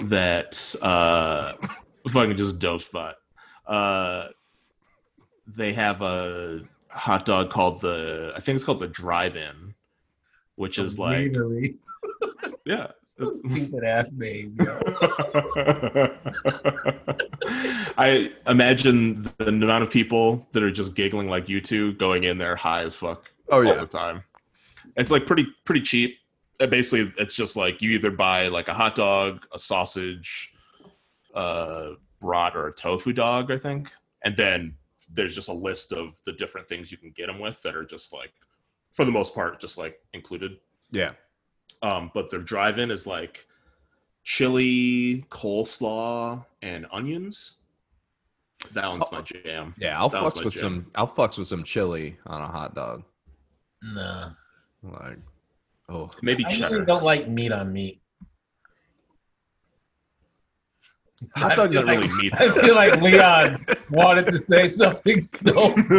that uh, fucking just dope spot. Uh, they have a hot dog called the I think it's called the Drive-In, which
some
is like
greenery.
yeah. it's-
stupid ass name. yo.
I imagine the amount of people that are just giggling like you two going in there high as fuck
Oh
all the time. It's like pretty pretty cheap. And basically, it's just like you either buy like a hot dog, a sausage, uh, brat, or a tofu dog, I think, and then there's just a list of the different things you can get them with that are just like, for the most part, just like included
yeah.
um, but their drive-in is like chili, coleslaw, and onions. That one's my jam.
Yeah, I'll
That was
fucks
my
with
jam.
some. I'll fucks with some chili on a hot dog.
Nah,
Like, oh,
Maybe
I usually
cheddar.
don't like meat on meat.
Hot dogs
I
are
feel like-
really meat.
I feel like Leon wanted to say something so bad.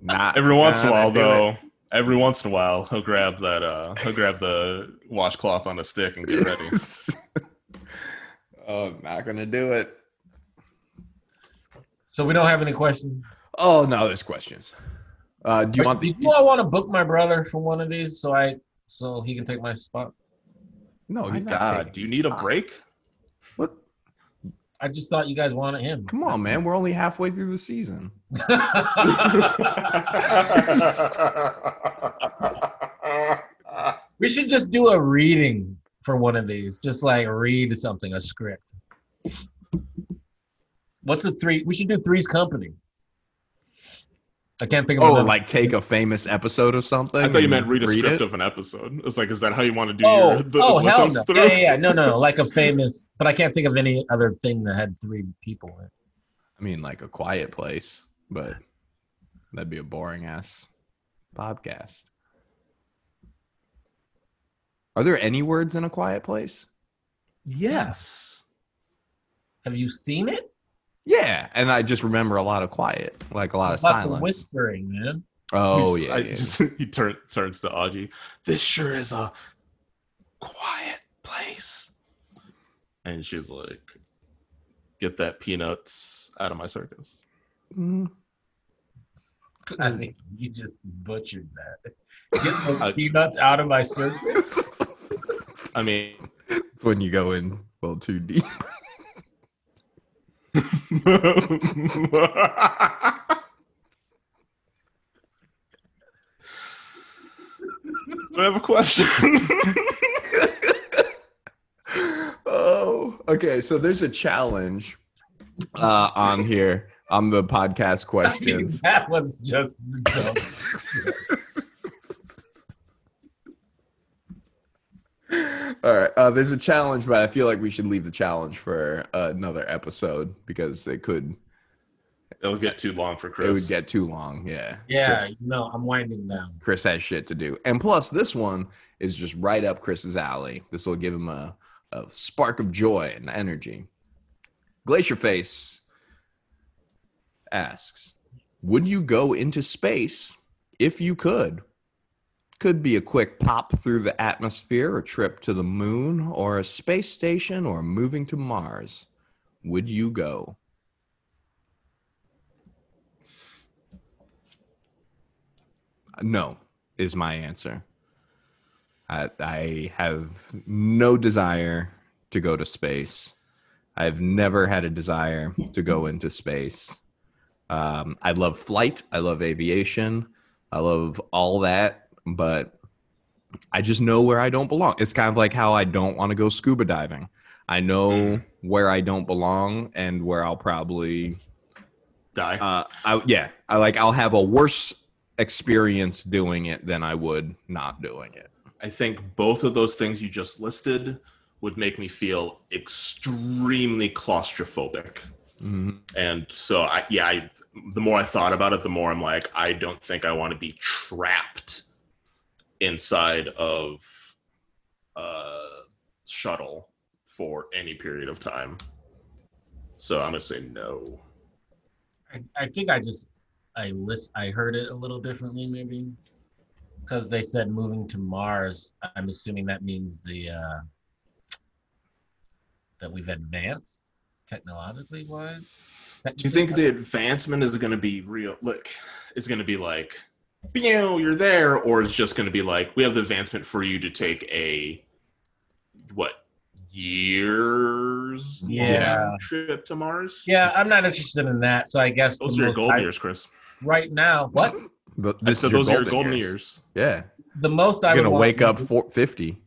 not
every once in a
not
while,
do it.
though. Every once in a while, he'll grab that. Uh, he'll grab the washcloth on a stick and get ready.
oh, not gonna do it.
So we don't have any questions.
Oh no, there's questions. Uh, do you want the?
Did you all want to book my brother for one of these so I so he can take my spot?
No,
My
Oh, he's not
God,
taking-
do you need a break?
What?
I just thought you guys wanted him.
Come on, man. We're only halfway through the season.
we should just do a reading for one of these. Just like read something, a script. What's the three? We should do Three's Company. I can't think of.
Oh,
another-
like take a famous episode of something.
I thought you
and
meant read a script
it?
of an episode. It's like, is that how you want to do
Oh,
your? The,
oh
what
hell
comes
no!
through?
Yeah, yeah, yeah, no, no, like a famous, but I can't think of any other thing that had three people in it.
I mean, like a quiet place, but that'd be a boring ass podcast. Are there any words in a quiet place?
Yes.
Have you seen it?
Yeah, and I just remember a lot of quiet, like a lot of
Lots of
Uh, silence.
whispering, man.
Oh
He's-
yeah,
I
yeah.
just- he turn, turns to Augie. This sure is a quiet place. And she's like, get that peanuts out of my circus.
I think you just butchered that. Get
Uh,
those peanuts out of my circus.
I mean,
It's when you go in well too deep.
whatever question.
oh, okay. So there's a challenge uh, on here on the podcast
I mean,
questions.
that was just the dumbest.
All right. Uh, there's a challenge, but I feel like we should leave the challenge for uh, another episode because it could
It'll get too long for Chris.
it would get too long. Yeah.
Yeah,
Chris,
you know, I'm winding down.
Chris has shit to do, and plus this one is just right up Chris's alley. This will give him a, a spark of joy and energy. Glacier Face asks, "Would you go into space if you could?" Could be a quick pop through the atmosphere, a trip to the moon, or a space station, or moving to Mars. Would you go? No, is my answer. I, I have no desire to go to space. I've never had a desire to go into space. Um, I love flight. I love aviation. I love all that, but I just know where I don't belong. It's kind of like how I don't want to go scuba diving. I know where I don't belong and where I'll probably
die.
uh, I, yeah, I like I'll have a worse experience doing it than I would not doing it.
I think both of those things you just listed would make me feel extremely claustrophobic.
Mm-hmm.
And so, I, yeah, I, the more I thought about it, the more I'm like, I don't think I want to be trapped inside of a shuttle for any period of time. So I'm gonna say no.
I, I think I just I list I heard it a little differently maybe because they said moving to Mars. I'm assuming that means the uh, that we've advanced technologically wise.
Do you think the advancement is going to be real? Look, is going to be like, you you're there, or it's just going to be like, we have the advancement for you to take a what years long
Yeah.
trip to Mars?
Yeah, I'm not interested in that. So I guess the
those are your
most-
golden
I-
years, Chris.
right now. What
Th-
I
this
said
is
those are your golden years.
Yeah,
the most I
you're
would
gonna
want
wake
to
up
do-
four, 50.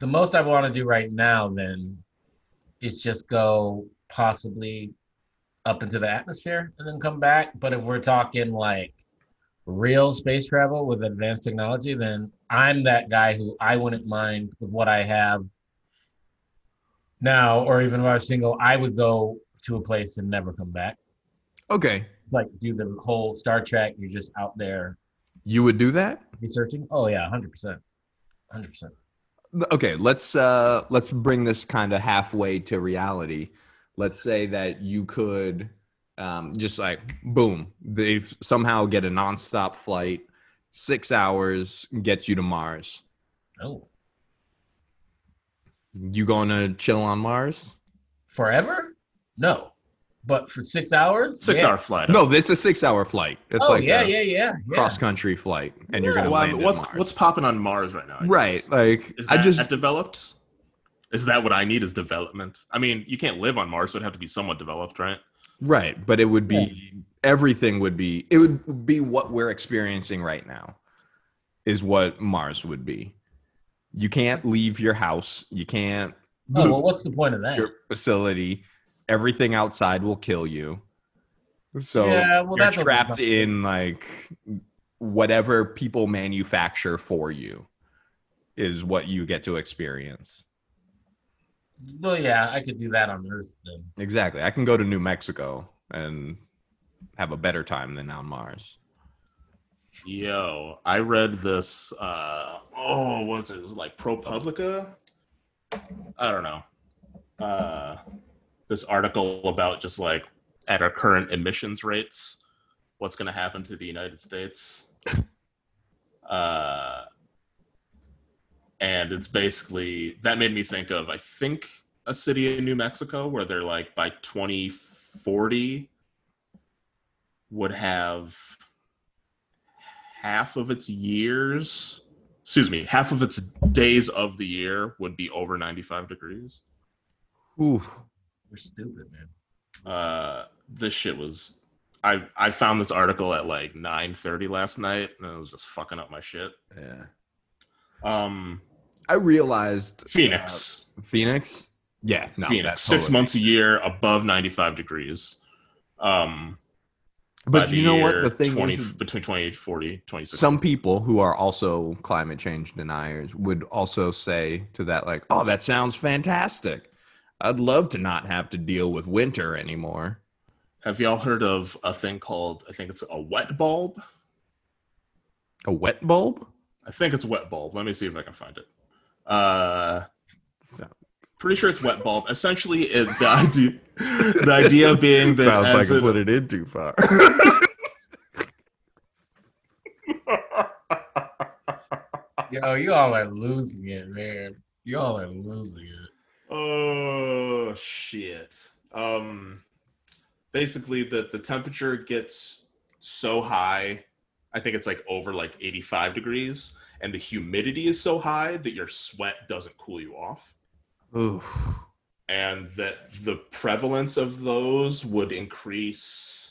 the most I want to do right now then is just go possibly up into the atmosphere and then come back. But if we're talking like real space travel with advanced technology, then I'm that guy who I wouldn't mind with what I have now, or even if I was single, I would go to a place and never come back.
Okay,
Like do the whole Star Trek, you're just out there
you would do that.
researching. Oh yeah, hundred percent. Hundred percent.
Okay, let's uh let's bring this kind of halfway to reality. Let's say that you could um just like boom, they somehow get a nonstop flight, six hours gets you to Mars.
Oh.
You gonna chill on Mars?
forever? No. But for six hours?
Six
yeah.
hour flight.
No, it's a six-hour flight. It's
oh
like
yeah,
a
yeah, yeah, yeah.
cross-country flight, and you're
Well,
gonna land
what's
at Mars.
what's popping on Mars right now? I guess?
right? Like
Is
I
that,
just
that developed? Is that what I need? Is development? I mean, you can't live on Mars, so it'd have to be somewhat developed, right?
Right, but it would be everything would be it would be what we're experiencing right now is what Mars would be. You can't leave your house, you can't
Oh,
leave
well, what's the point of that?
your facility. Everything outside will kill you. So
yeah, well,
you're
that's
trapped in like whatever people manufacture for you is what you get to experience.
Well, yeah, I could do that on Earth then.
Exactly. I can go to New Mexico and have a better time than on Mars.
Yo, I read this. Uh, oh, what's it? It was like ProPublica. I don't know. Uh, this article about just like at our current emissions rates, what's going to happen to the United States. uh, and it's basically that made me think of I think a city in New Mexico where they're like by 2040 would have half of its years excuse me half of its days of the year would be over 95 degrees
Oof.
We're stupid, man.
uh this shit was i i found this article at like 9 30 last night and it was just fucking up my shit
Yeah.
um
I realized uh,
phoenix
Phoenix. Yeah, no,
Phoenix,
that's
six
totally-
months a year above 95 degrees. Um, by
But
the
you know what?
year
The thing
20,
is,
between 2040, 26.
some people who are also climate change deniers would also say to that, like, "Oh, that sounds fantastic. I'd love to not have to deal with winter anymore."
Have y'all heard of a thing called, I think it's a wet bulb?
A wet bulb.
I think it's wet bulb. Let me see if I can find it. Uh,
So-
pretty sure it's wet bulb. Essentially, it, the, idea, the idea being that
Sounds like
as
I
it-
put it in too far.
Yo, you all are losing it, man. You all are losing it.
Oh shit. Um basically the the temperature gets so high. I think it's like over like 85 degrees and the humidity is so high that your sweat doesn't cool you off
Oof.
and that the prevalence of those would increase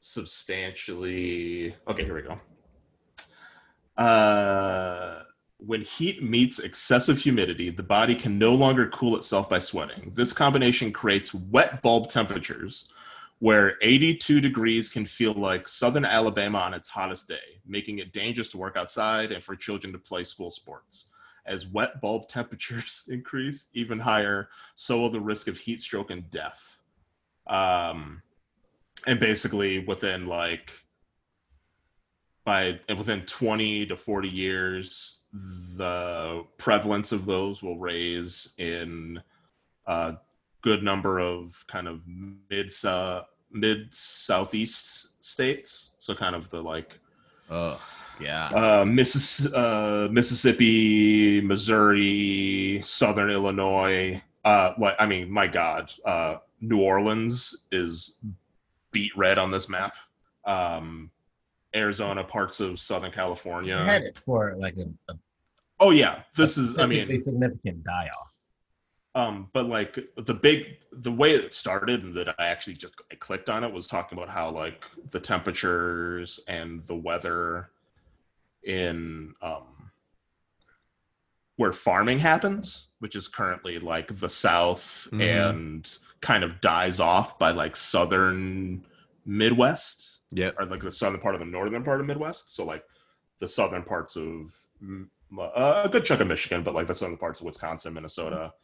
substantially. Okay, here we go. Uh, when heat meets excessive humidity, the body can no longer cool itself by sweating. This combination creates wet bulb temperatures where 82 degrees can feel like southern Alabama on its hottest day, making it dangerous to work outside and for children to play school sports. As wet bulb temperatures increase even higher, so will the risk of heat stroke and death. Um, and basically, within like by and within 20 to 40 years, the prevalence of those will raise in a good number of kind of mid mid southeast states. So kind of the like
Oh, yeah.
uh, Missis- uh, Mississippi, Missouri, Southern Illinois. Uh, what I mean, my God, uh, New Orleans is beat red on this map. Um, Arizona, parts of Southern
You had
California.
it for like a, a
Oh yeah, this is. I mean,
statistically significant die off.
um but like the big the way it started and that i actually just I clicked on it was talking about how like the temperatures and the weather in um where farming happens which is currently like the south
Mhm.
and kind of dies off by like southern midwest
Yep.
or like the southern part of the northern part of Midwest. So like the southern parts of mm, uh, a good chunk of Michigan, but like the southern parts of Wisconsin, Minnesota.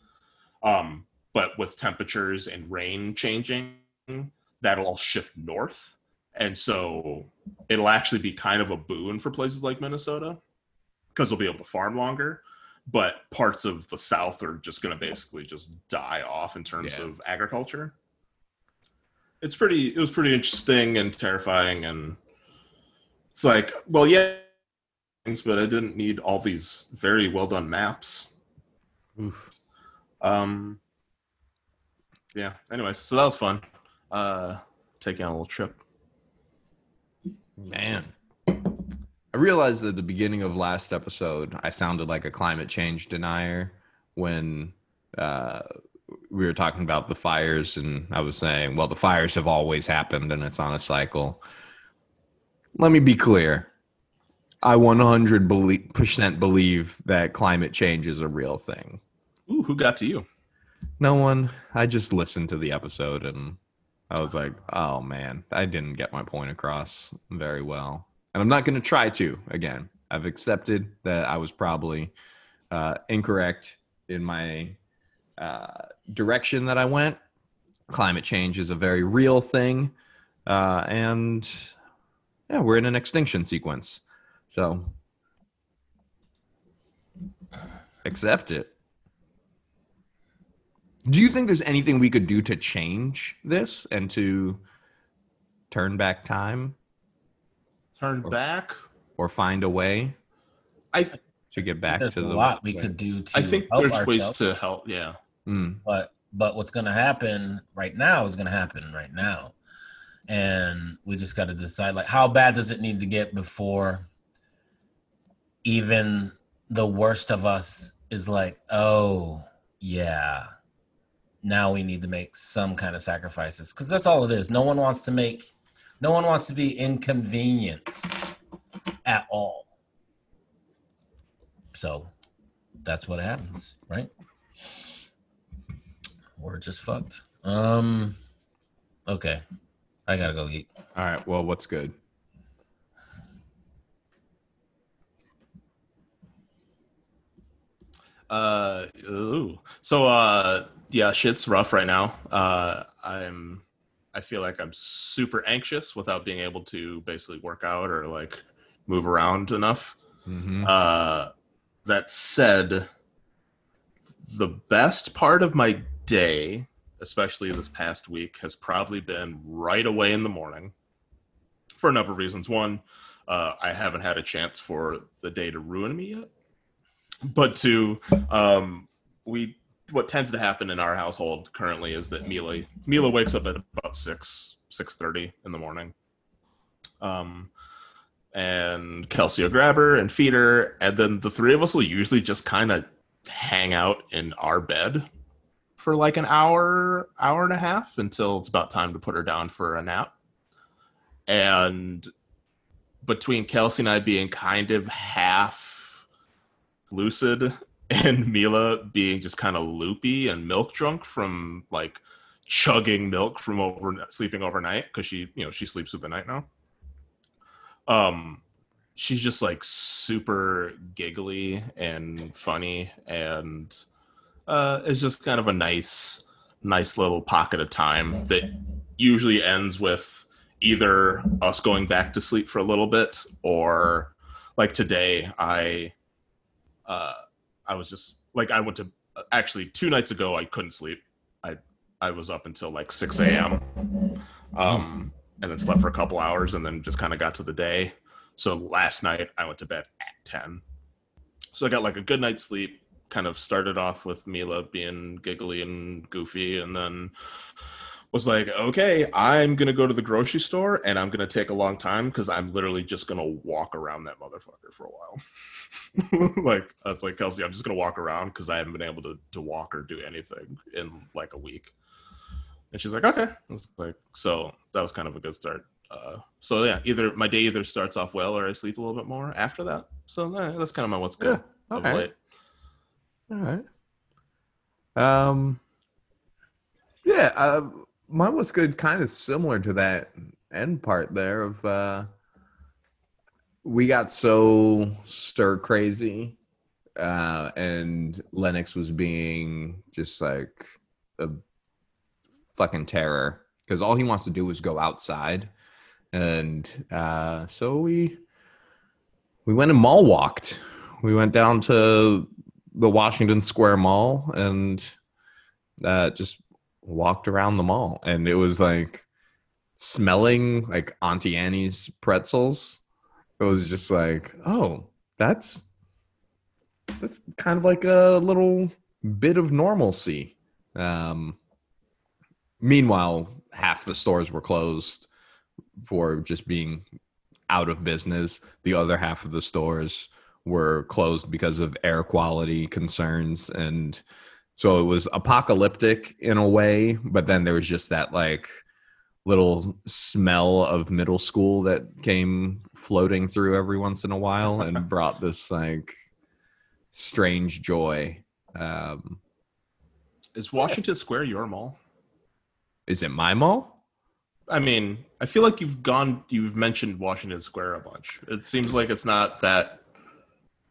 Um, but with temperatures and rain changing, that'll all shift north, and so it'll actually be kind of a boon for places like Minnesota because they'll be able to farm longer. But parts of the South are just going to basically just die off in terms
Yeah.
of agriculture. It's pretty. It was pretty interesting and terrifying, and it's like, well, yeah, things, but I didn't need all these very well done maps.
Oof.
Um, yeah. Anyways, so that was fun. Uh, taking on a little trip.
Man. I realized at the beginning of last episode, I sounded like a climate change denier when uh, we were talking about the fires, and I was saying, well, the fires have always happened and it's on a cycle. Let me be clear. I 100% believe that climate change is a real thing.
Ooh, who got to you?
No one. I just listened to the episode and I was like, oh man, I didn't get my point across very well. And I'm not going to try to again. I've accepted that I was probably uh, incorrect in my uh, direction that I went. Climate change is a very real thing. Uh, and yeah, we're in an extinction sequence. So accept it. Do you think there's anything we could do to change this and to turn back time
Oh.
Turn back.
or find a way?
I
to get back
There's
to
a
the
lot we could do to
I think
help
there's ways
ourselves,
to help. Yeah.
Mm,
but but what's going to happen right now is going to happen right now. And we just got to decide like how bad does it need to get before even the worst of us is like, "Oh, yeah. Now we need to make some kind of sacrifices." Cuz that's all it is. No one wants to make no one wants to be inconvenienced at all. So that's what happens, right? We're just fucked. Um okay. I gotta go eat.
all right. Well, what's good?
Uh, ooh. So, uh, yeah, shit's rough right now. Uh, I'm, I feel like I'm super anxious without being able to basically work out or like move around enough.
hmm
Uh, that said, the best part of my day, especially this past week, has probably been right away in the morning for a number of reasons. One, uh, I haven't had a chance for the day to ruin me yet. But two, um, we what tends to happen in our household currently is that Mila Mila wakes up at about six six thirty in the morning. Um, and Kelsey will grab her and feed her, and then the three of us will usually just kind of hang out in our bed for like an hour, hour and a half until it's about time to put her down for a nap. And between Kelsey and I being kind of half lucid and Mila being just kind of loopy and milk drunk from like chugging milk from over sleeping overnight because she you know she sleeps through the night now um she's just like super giggly and funny and uh it's just kind of a nice nice little pocket of time that usually ends with either us going back to sleep for a little bit or like today i uh i was just like i went to actually two nights ago i couldn't sleep i i was up until like 6 a.m um and then slept for a couple hours and then just kind of got to the day. So last night I went to bed at 10. So I got like a good night's sleep, kind of started off with Mila being giggly and goofy and then was like, "Okay, I'm going to go to the grocery store and I'm going to take a long time cuz I'm literally just going to walk around that motherfucker for a while." like I was like, "Kelsey, I'm just going to walk around cuz I haven't been able to to walk or do anything in like a week." And she's like, okay. I was like, so that was kind of a good start. Uh, so yeah, either my day either starts off well or I sleep a little bit more after that. So eh, that's kind of my what's good
Yeah,
of
okay.
late.
All right. Um. Yeah. Uh, mine was good. Kind of similar to that end part there of uh, we got so stir crazy, uh, and Lennox was being just like a fucking terror because all he wants to do is go outside, and uh, so we we went and mall walked. We went down to the Washington Square Mall and uh, just walked around the mall. And it was like smelling like Auntie Annie's pretzels. It was just like, oh, that's that's kind of like a little bit of normalcy. Um, meanwhile, half the stores were closed for just being out of business. The other half of the stores were closed because of air quality concerns and so it was apocalyptic in a way but then there was just that like little smell of middle school that came floating through every once in a while and brought this like strange joy um
Is Washington Square your mall?
is it my mall
I mean, I feel like you've gone, you've mentioned Washington Square a bunch. It seems like it's not that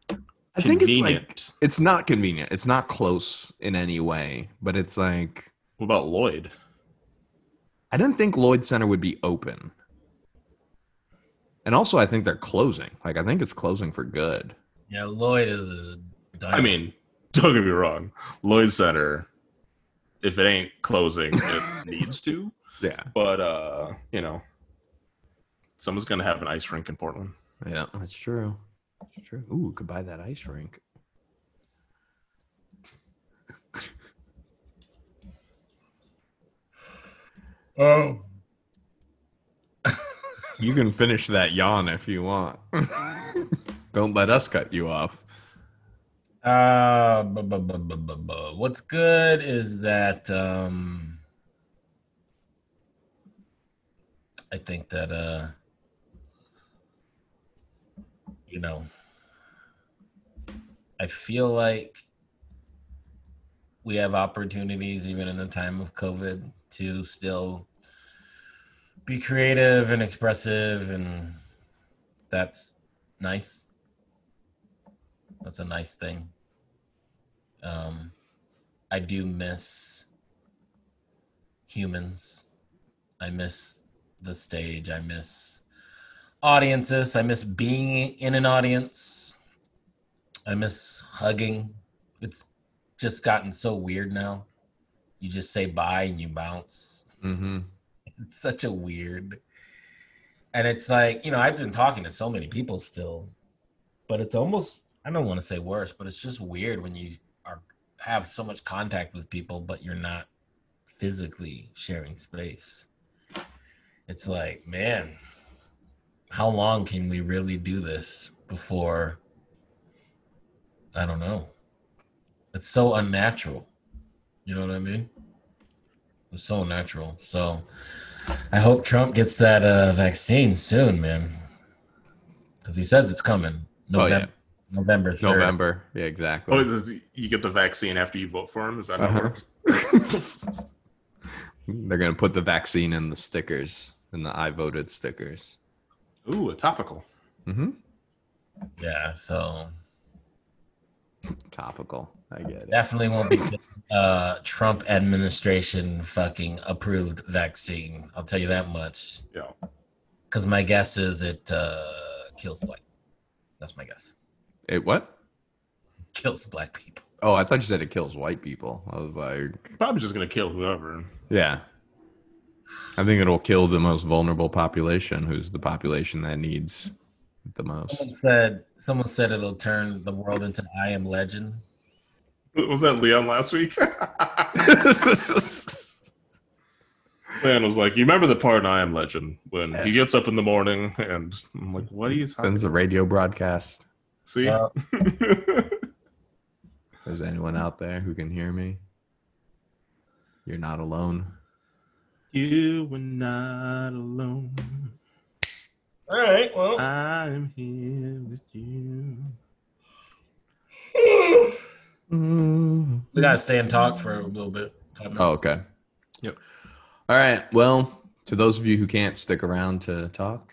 i think it's
convenient.
like it's not convenient it's not close in any way but it's like
what about Lloyd?
i didn't think lloyd center would be open and also i think they're closing like i think it's closing for good
Yeah, Lloyd is a
I mean, don't get me wrong, Lloyd Center. If it ain't closing, it needs to.
Yeah.
But uh, you know, someone's gonna have an ice rink in Portland.
Yeah, that's true. It's true. Ooh, could buy that ice rink.
Oh,
You can finish that yawn if you want. Don't let us cut you off.
Uh, bu- bu- bu- bu- bu- bu- what's good is that um, I think that uh, you know, I feel like we have opportunities even in the time of COVID to still be creative and expressive, and that's nice. That's a nice thing. Um, I do miss humans. I miss the stage. I miss audiences. I miss being in an audience. I miss hugging. It's just gotten so weird now. You just say bye and you bounce.
Mm-hmm.
It's such a weird. And it's like, you know, I've been talking to so many people still, but it's almost, I don't want to say worse, but it's just weird when you are have so much contact with people, but you're not physically sharing space. It's like, man, how long can we really do this before? I don't know. It's so unnatural. You know what I mean? It's so unnatural. So. I hope Trump gets that uh, vaccine soon, man. Because he says it's coming.
Oh,
November.
yeah.
November. 3rd.
November. Yeah,
oh
exactly.
is this- you get the vaccine after you vote for him? Is that how it
Uh-huh.
works?
They're going to put the vaccine in the stickers, in the I voted stickers.
Ooh, a topical.
Mm-hmm.
Yeah. So
Topical. I get it.
definitely won't be uh, Trump administration fucking approved vaccine. I'll tell you that much.
Yeah.
Because my guess is it uh, kills black. That's my guess.
It what?
Kills black people.
Oh, I thought you said it kills white people. I was like,
Probably just gonna kill whoever.
yeah. I think it'll kill the most vulnerable population, who's the population that needs it the
Someone
most.
said. Someone said it'll turn the world into I Am Legend.
Was that Leon last week? Leon was like, "You remember the part in I Am Legend when he gets up in the morning and I'm like, what are you talking?
Sends a radio broadcast.
See,
Uh,
If there's anyone out there who can hear me, you're not alone.
you were not alone.
All right. Well.
I'm here with you."
We gotta stay and talk for a little bit. Five minutes.
Oh, okay.
Yep.
All right. Well, to those of you who can't stick around to talk,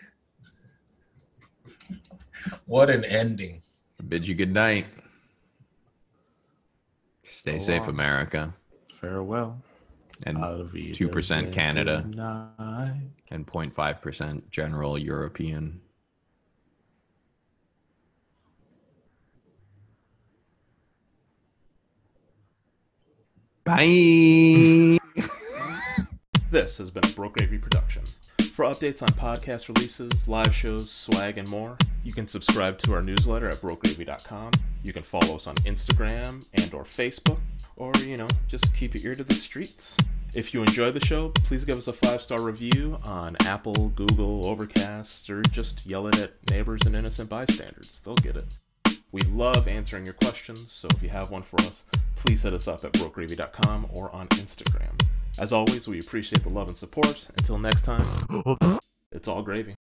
What an ending.
I bid you good night. Stay safe, America,
Farewell.
and
Out of
2% Canada.
Night.
and 0.5 percent general European. Bye.
This has been a Broke Gravy production. For updates on podcast releases, live shows, swag, and more, you can subscribe to our newsletter at brokegravy.com. You can follow us on Instagram and or Facebook, or, you know, just keep your ear to the streets. If you enjoy the show, please give us a five-star review on Apple, Google, Overcast, or just yell it at neighbors and innocent bystanders. They'll get it. We love answering your questions, so if you have one for us, please hit us up at brokegravy.com or on Instagram. As always, we appreciate the love and support. Until next time, it's all gravy.